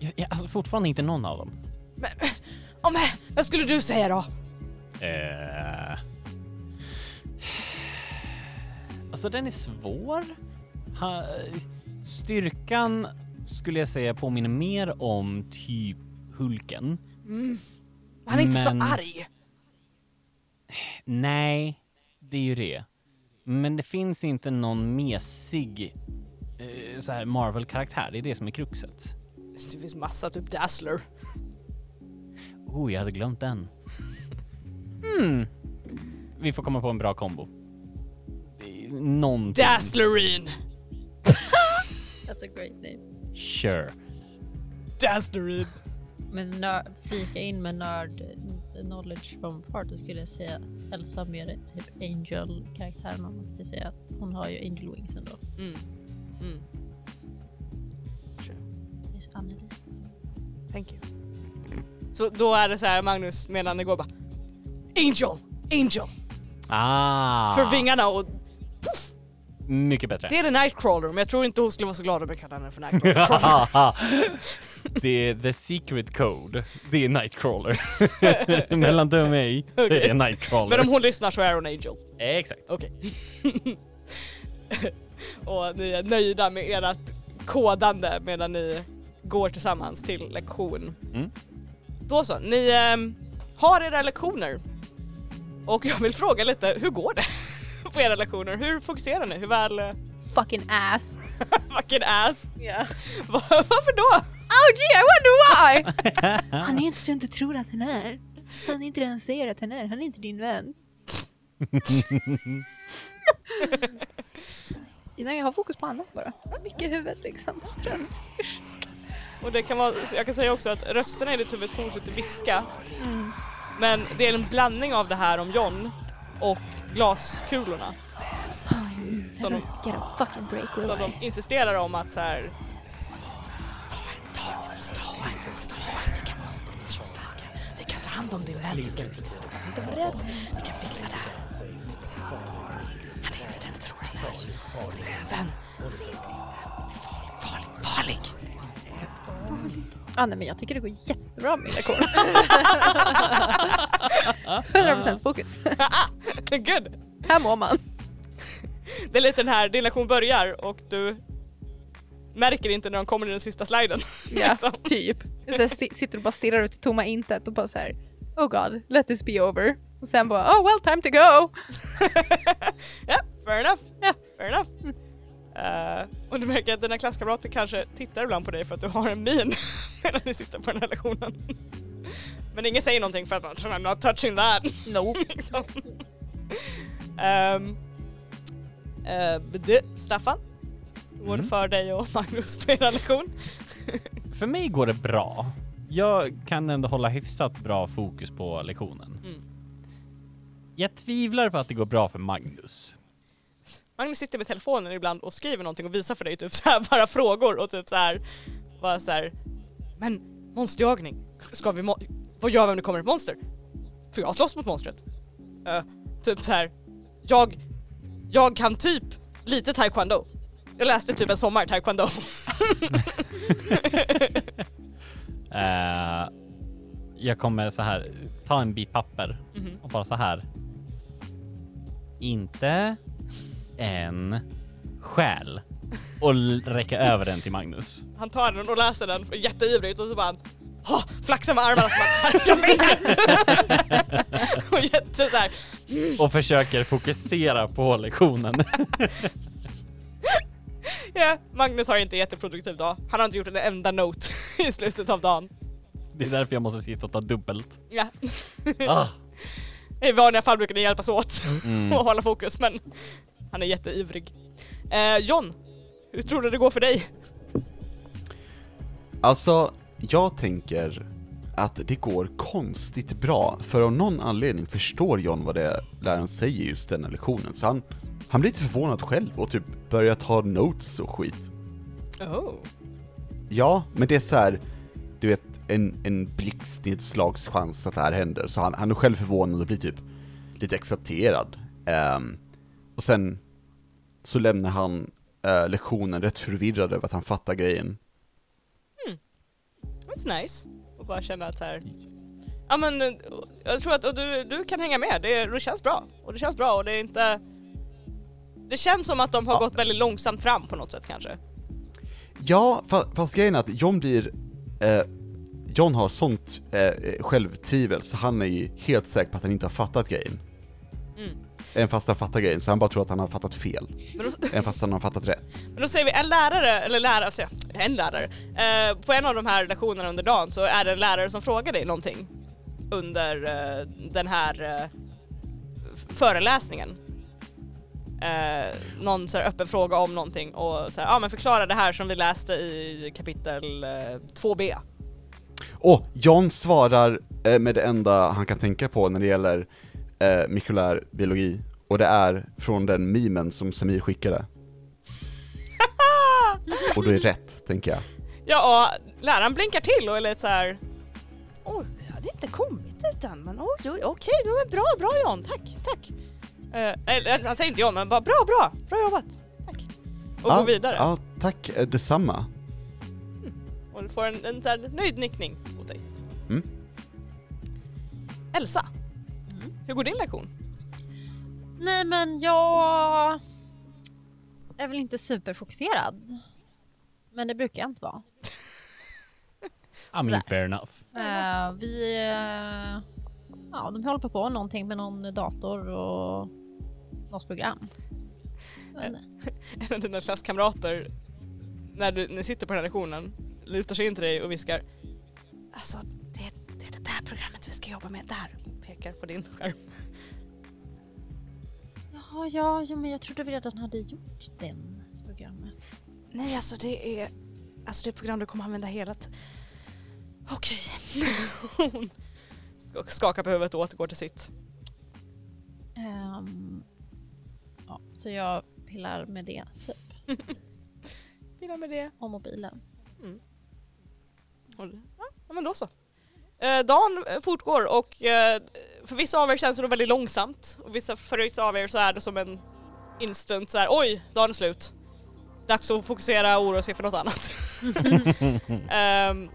S5: Jag- jag- Alltså fortfarande inte någon av dem.
S3: Men, ja, men, vad skulle du säga då?
S5: Eh. Alltså den är svår. Ha, styrkan skulle jag säga påminner mer om typ Hulken.
S3: Han är inte
S5: Men-
S3: så arg.
S5: Nej, det är ju det. Men det finns inte någon mesig eh, så här Marvel-karaktär. Det är det som är kruxet.
S3: Det finns massa, typ Dazzler.
S5: Oh, jag hade glömt den. Hmm. Vi får komma på en bra kombo. Eh, Någonting.
S3: Dazzlerine!
S1: That's a great name.
S5: Sure.
S3: Dazzlerine!
S1: Men nör- flika in med nörd knowledge från far, då skulle jag säga att Elsa mer är typ angel-karaktären om man ska säga att hon har ju angel wings ändå.
S3: Mm. Mm.
S1: Miss Anneli.
S3: Thank you. Så då är det så här Magnus, medan det går bara... Angel! Angel!
S5: Ah.
S3: För vingarna och
S5: Mycket bättre.
S3: Det är The Nightcrawler, men jag tror inte hon skulle vara så glad om jag kallade henne för Nightcrawler.
S5: det är the secret code. Det är Nightcrawler. Mellan dig och mig så är det
S3: Okej.
S5: Nightcrawler. Eh,
S3: men om hon lyssnar så är hon Angel.
S5: Exakt.
S3: Okej. och ni är nöjda med ert kodande medan ni går tillsammans till lektion.
S5: Mm.
S3: Då så, ni ehm, har era lektioner. Och jag vill fråga lite, hur går det på era lektioner? Hur fokuserar ni? Hur väl... eh,
S4: Fucking ass.
S3: Fucking ass!
S4: Yeah.
S3: Va- Varför då?
S4: Oh gee, I wonder why! han är inte den du tror att han är. Han är inte den han säger att han är. Han är inte din vän. Nej, jag har fokus på annat bara. Mycket huvud liksom. Trött.
S3: Och det kan vara, jag kan säga också att rösterna i ditt huvud fortsätter viska. Men det är en blandning av det här om John och glaskulorna. Så de,
S4: Get a fucking break
S3: så
S4: will I?
S3: de insisterar om att så här,
S4: Ah, nej, men jag tycker det går jättebra med mina kår. 100% fokus.
S3: good!
S4: Här mår man.
S3: Det är lite den här, din lektion börjar och du märker inte när de kommer till den sista sliden.
S4: Ja,
S3: Liksom.
S4: typ. Så jag sti- sitter och bara stirrar ut i tomma intet och bara så här. Oh god, let this be over. Och sen bara, oh well time to go!
S3: Ja, fair enough.
S4: Ja.
S3: Fair enough. Eh, och du märker att dina klasskamrater kanske tittar ibland på dig för att du har en min medan ni sitter på den här lektionen. Men ingen säger någonting för att man I'm not touching that.
S4: Nope.
S3: liksom. Ehm, eh, du, Staffan, hur går det
S5: Mm.
S3: för dig och Magnus på er lektion?
S5: För mig går det bra. Jag kan ändå hålla hyfsat bra fokus på lektionen.
S3: Mm.
S5: Jag tvivlar på att det går bra för Magnus.
S3: Magnus sitter med telefonen ibland och skriver någonting och visar för dig typ så här, bara frågor och typ så här, bara så här. Men monsterjagning, ska vi mo- vad gör vi om det kommer ett monster? Får jag slåss mot monstret? Eh, typ så här. jag, jag kan typ lite taekwondo. Jag läste typ en sommar taekwondo.
S5: Eh, jag kommer så här ta en bit papper
S3: Mhm.
S5: Mhm. och bara så här inte en själ och l- räcka över den till Magnus.
S3: Han tar den och läser den jätteivrigt och så bara han "Ha, flaxar med armarna som att jag vet! och jätte så här,
S5: Och försöker fokusera på lektionen.
S3: ja, Magnus har inte en jätteproduktiv dag. Han har inte gjort en enda note i slutet av dagen.
S5: Det är därför jag måste sitta och ta dubbelt.
S3: Ja.
S5: Ah,
S3: I vanliga fall brukar ni hjälpas åt och hålla fokus men han är jätteivrig. Eh, John, hur tror du det går för dig?
S6: Alltså, jag tänker att det går konstigt bra, för av någon anledning förstår John vad det är läraren säger just denna lektionen, så han, han blir lite förvånad själv och typ börjar ta notes och skit.
S3: Oh.
S6: Ja, men det är så här, du vet, en, en blixtnedslagschans att det här händer, så han, han är själv förvånad och blir typ lite exalterad. Ehm, och sen så lämnar han eh, lektionen rätt förvirrad över att han fattar grejen.
S3: That's nice. Och bara känna att så här. Ja men eh, jag tror att och du, du kan hänga med, det, det känns bra. Och det känns bra och det är inte... Det känns som att de har
S6: Ja.
S3: gått väldigt långsamt fram på något sätt kanske.
S6: Ja, fa- fast grejen är att John blir... Eh, John har sånt eh, självtvivel så han är ju helt säker på att han inte har fattat grejen.
S3: Mm.
S6: Även fast han fattar grejen, så han bara tror att han har fattat fel.
S3: Men då,
S6: Även fast han har fattat rätt.
S3: men då säger vi en lärare, eller lärare, alltså, en lärare. Eh, på en av de här lektionerna under dagen så är det en lärare som frågar dig någonting under eh, den här eh, f- föreläsningen. Eh, någon så här öppen fråga om någonting och så här, ja men förklara det här som vi läste i kapitel eh, 2b.
S6: Och John svarar eh, med det enda han kan tänka på när det gäller eh, mikrolär biologi. Och det är från den memen som Samir skickade. Och då är rätt, tänker jag.
S3: Ja, och läraren blinkar till och är lite så här.
S13: Oj, jag hade inte kommit dit än men oj, oj, okej, ja, men bra, bra Jan, tack, tack.
S3: Eh, eller, han säger inte ja, men bara bra, bra, bra jobbat, tack. Och
S6: ja,
S3: går vidare.
S6: Ja, tack, eh, detsamma.
S3: Och du får en, en så här nöjd nickning mot dig.
S6: Mm.
S3: Elsa, hur går din lektion?
S1: Nej men jag är väl inte superfokuserad. Men det brukar jag inte vara.
S5: I mean
S1: Sådär.
S5: fair enough.
S1: Eh, vi... eh, ja, de håller på att få någonting med någon dator och något program. Men,
S3: En av dina klasskamrater, när du ni sitter på den här lektionen, lutar sig in till dig och viskar Alltså, det, det är det där programmet vi ska jobba med där. Pekar på din skärm.
S1: Jaha, ja, ja, men jag trodde vi redan hade gjort den programmet.
S13: Nej alltså det är, alltså det är ett program du kommer använda hela t- Okej.
S3: Hon sk- skakar på huvudet och återgår till sitt.
S1: Ehm, ja, så jag pillar med det, typ.
S3: Fina med det.
S1: Och mobilen.
S3: Och- Ja men då så. Eh, dagen eh, fortgår och eh, för vissa av er känns det nog väldigt långsamt och vissa, för vissa av er så är det som en instant så här, oj, dagen är slut. Dags att fokusera och oroa sig för något annat. Ehm,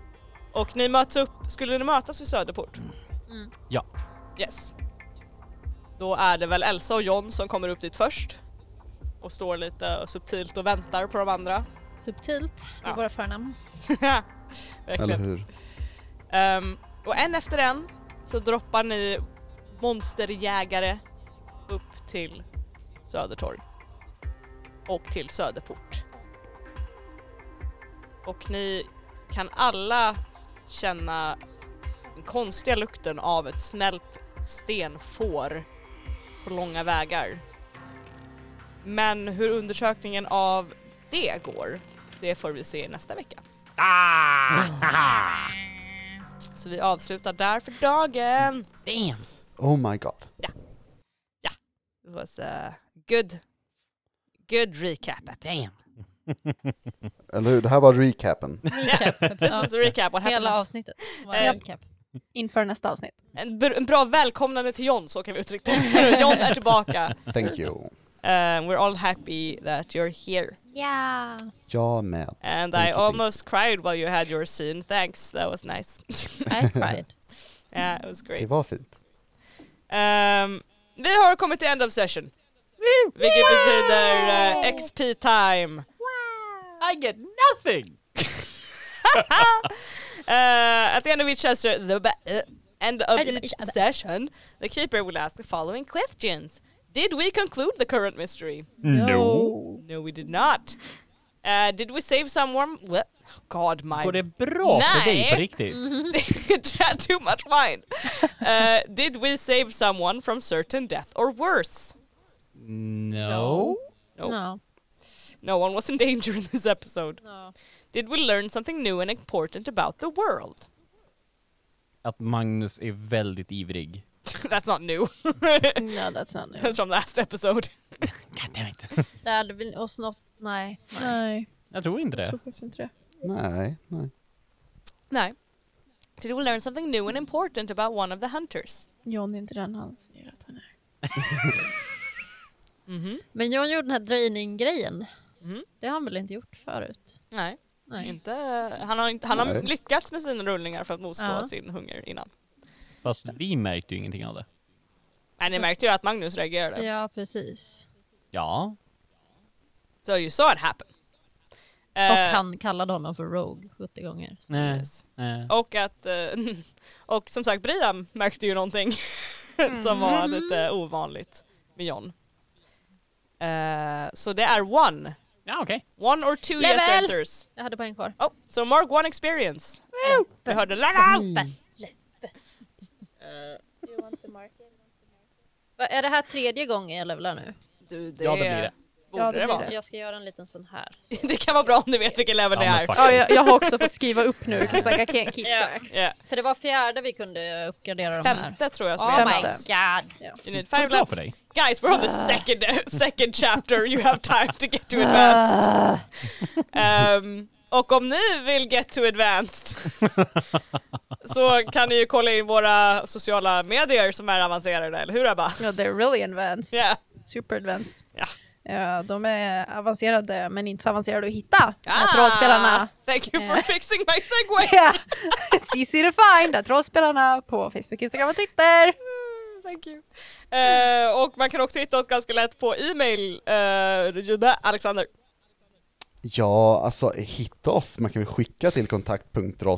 S3: och ni möts upp, skulle ni mötas vid Söderport?
S1: Mm.
S5: Ja.
S3: Yes. Då är det väl Elsa och John som kommer upp dit först och står lite subtilt och väntar på de andra.
S1: Subtilt, det är
S3: Ja.
S1: våra förnamn.
S3: Verkligen.
S6: Eller hur?
S3: Ehm, och en efter en så droppar ni monsterjägare upp till Södertorg. Och till Söderport. Och ni kan alla känna den konstiga lukten av ett snällt stenfår på långa vägar. Men hur undersökningen av det går, det får vi se nästa vecka. Så vi avslutar där för dagen.
S6: Oh my god.
S3: It was a good, good recap. Damn.
S6: Eller hur? Det här var recapen.
S1: Recap.
S3: This is a recap what happened.
S1: Hela avsnittet var
S3: Eh,
S1: en recap.
S4: Inför nästa avsnitt.
S3: En, br- en bra välkomnande till John, så kan vi uttrycka det. John är tillbaka.
S6: Thank you.
S3: Um, we're all happy that you're here.
S1: Ja!
S6: Jag med.
S3: And
S6: Thank
S3: I
S6: you, thank
S3: almost cried while you had your scene. Thanks, that was nice.
S1: I cried.
S3: yeah, it was
S6: Det
S3: great.
S6: var fint.
S3: Um, vi har kommit till end of session. Vilket betyder eh, XP time.
S5: I get nothing!
S3: Uh, at the end of each session, the ba- uh, end of
S14: End of
S3: each
S14: each other.
S3: session, the keeper will ask the following questions: Did we conclude the current mystery? No, we did not. Uh, did we save someone? Wha- God, my
S5: Går det bra för dig på
S3: Nej.
S5: riktigt?
S3: too much wine. Uh, did we save someone from certain death or worse?
S5: No.
S3: Nope.
S14: Ja.
S3: No one was in danger in this episode.
S14: Ja.
S3: Did we learn something new and important about the world?
S5: Att Magnus är väldigt ivrig.
S3: That's not new.
S4: No, Mm, that's not new.
S3: That's from last episode.
S5: God damn it.
S1: Det hade väl oss något, nej.
S4: Nej,
S5: Jag tror inte
S4: jag
S5: det.
S4: tror faktiskt inte det.
S6: Nej, nej.
S3: No. Did we learn something new and important about one of the hunters?
S4: John är inte den han säger att han är.
S3: Mm-hmm.
S1: Men John gjorde den här dröjning-grejen.
S3: Mhm.
S1: Det har han väl inte gjort förut?
S3: Nej,
S1: Mm-hmm. Nej.
S3: inte. Han har, inte, han har
S6: Nej.
S3: lyckats med sina rullningar för att motstå
S1: Ja.
S3: sin hunger innan.
S5: Fast vi märkte ju ingenting av det.
S3: Men ni märkte ju att Magnus reagerade.
S1: Ja, precis.
S5: Ja.
S3: So you saw it happen. Eh,
S1: Och han kallade honom för Rogue 70 gånger.
S5: Nej.
S3: Yes.
S5: nej.
S3: Och att, eh, och som sagt Brian märkte ju någonting som
S1: Mm.
S3: var lite ovanligt med John. Eh, så det är one,
S5: Ja, okej.
S3: one or two yes
S1: Level!
S3: answers.
S1: Jag hade poäng kvar.
S3: Oh, so mark one experience. Vi hörde level!
S1: Mm. Va, Är det här tredje gången jag levlar nu?
S3: Du, det,
S5: Ja, det blir det.
S3: Borde
S4: Ja, det
S3: det,
S4: blir
S3: vara.
S4: det.
S1: Jag ska göra en liten sån här. Så.
S3: Det kan vara bra om du vet vilken level
S5: Ja, men
S3: det är.
S5: fuck.
S4: Ja, jag, jag har också fått skriva upp nu, 'cause like I can't keep
S1: Ja.
S4: track.
S3: Yeah.
S1: För det var fjärde vi kunde uppgradera de här.
S3: Femte tror jag som
S1: Oh
S3: är
S1: my
S3: bra.
S4: Femte. Ah.
S1: god.
S3: You need
S5: Går
S3: five
S5: det bra
S3: left.
S5: för dig?
S3: Guys, we're on the second second chapter. You have time to get to advanced. Ehm, och om ni vill get to advanced så kan ni ju kolla in våra sociala medier som är avancerade, eller hur Ebba?
S4: Ja, they're really advanced.
S3: Yeah.
S4: Super advanced.
S3: Ja.
S4: Ja, de är avancerade, men inte så avancerade att hitta. Att rollspelarna
S3: Ah, Thank you for fixing my segway!
S4: Ja, It's easy to find att rollspelarna på Facebook, Instagram och Twitter.
S3: Mm, Thank you. Eh, och man kan också hitta oss ganska lätt på e-mail, uh, Alexander.
S6: Ja, alltså hitta oss. Man kan väl skicka till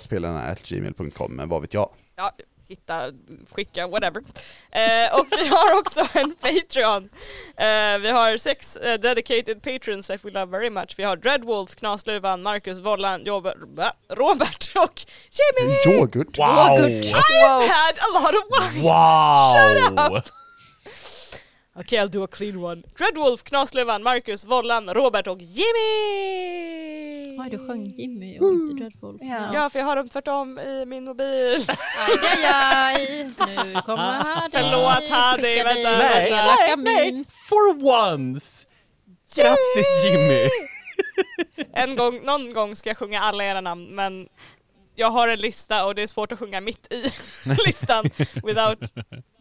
S6: kontakt.rollspelarna.gmail.com, men vad vet jag.
S3: ja, hitta, skicka, whatever. Eh, och vi har också en Patreon. Eh, vi har sex eh, dedicated patrons that we love very much. Vi har Dreadwolf, Knasluvan, Marcus, Vollan, Job- va? Robert och Jimmy!
S6: Yoghurt!
S3: I've had a lot of wine! Shut Okej,
S5: Wow!
S3: okay, I'll do a clean one. Dreadwolf, Knasluvan, Marcus, Vollan, Robert och Jimmy!
S1: Oj, du sjöng Jimmy och inte Dreadful.
S4: Ja.
S3: Ja, för jag har dem tvärtom i min mobil.
S1: Aj, aj, aj. Nu kommer Hadi.
S3: Förlåt, Hadi,
S1: Skicka dig
S3: vänta,
S1: med
S5: vänta.
S1: elaka
S5: Nej.
S1: memes.
S5: For once! Grattis Jimmy!
S3: En gång, någon gång ska jag sjunga alla era namn men jag har en lista och det är svårt att sjunga mitt i listan without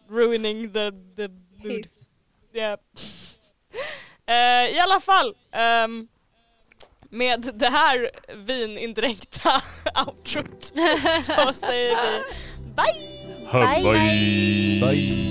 S3: ruining the, the mood.
S4: Peace.
S3: Yeah. Eh, I alla fall, ehm, med det här vinindränkta outrot så säger vi bye!
S5: Bye. Bye.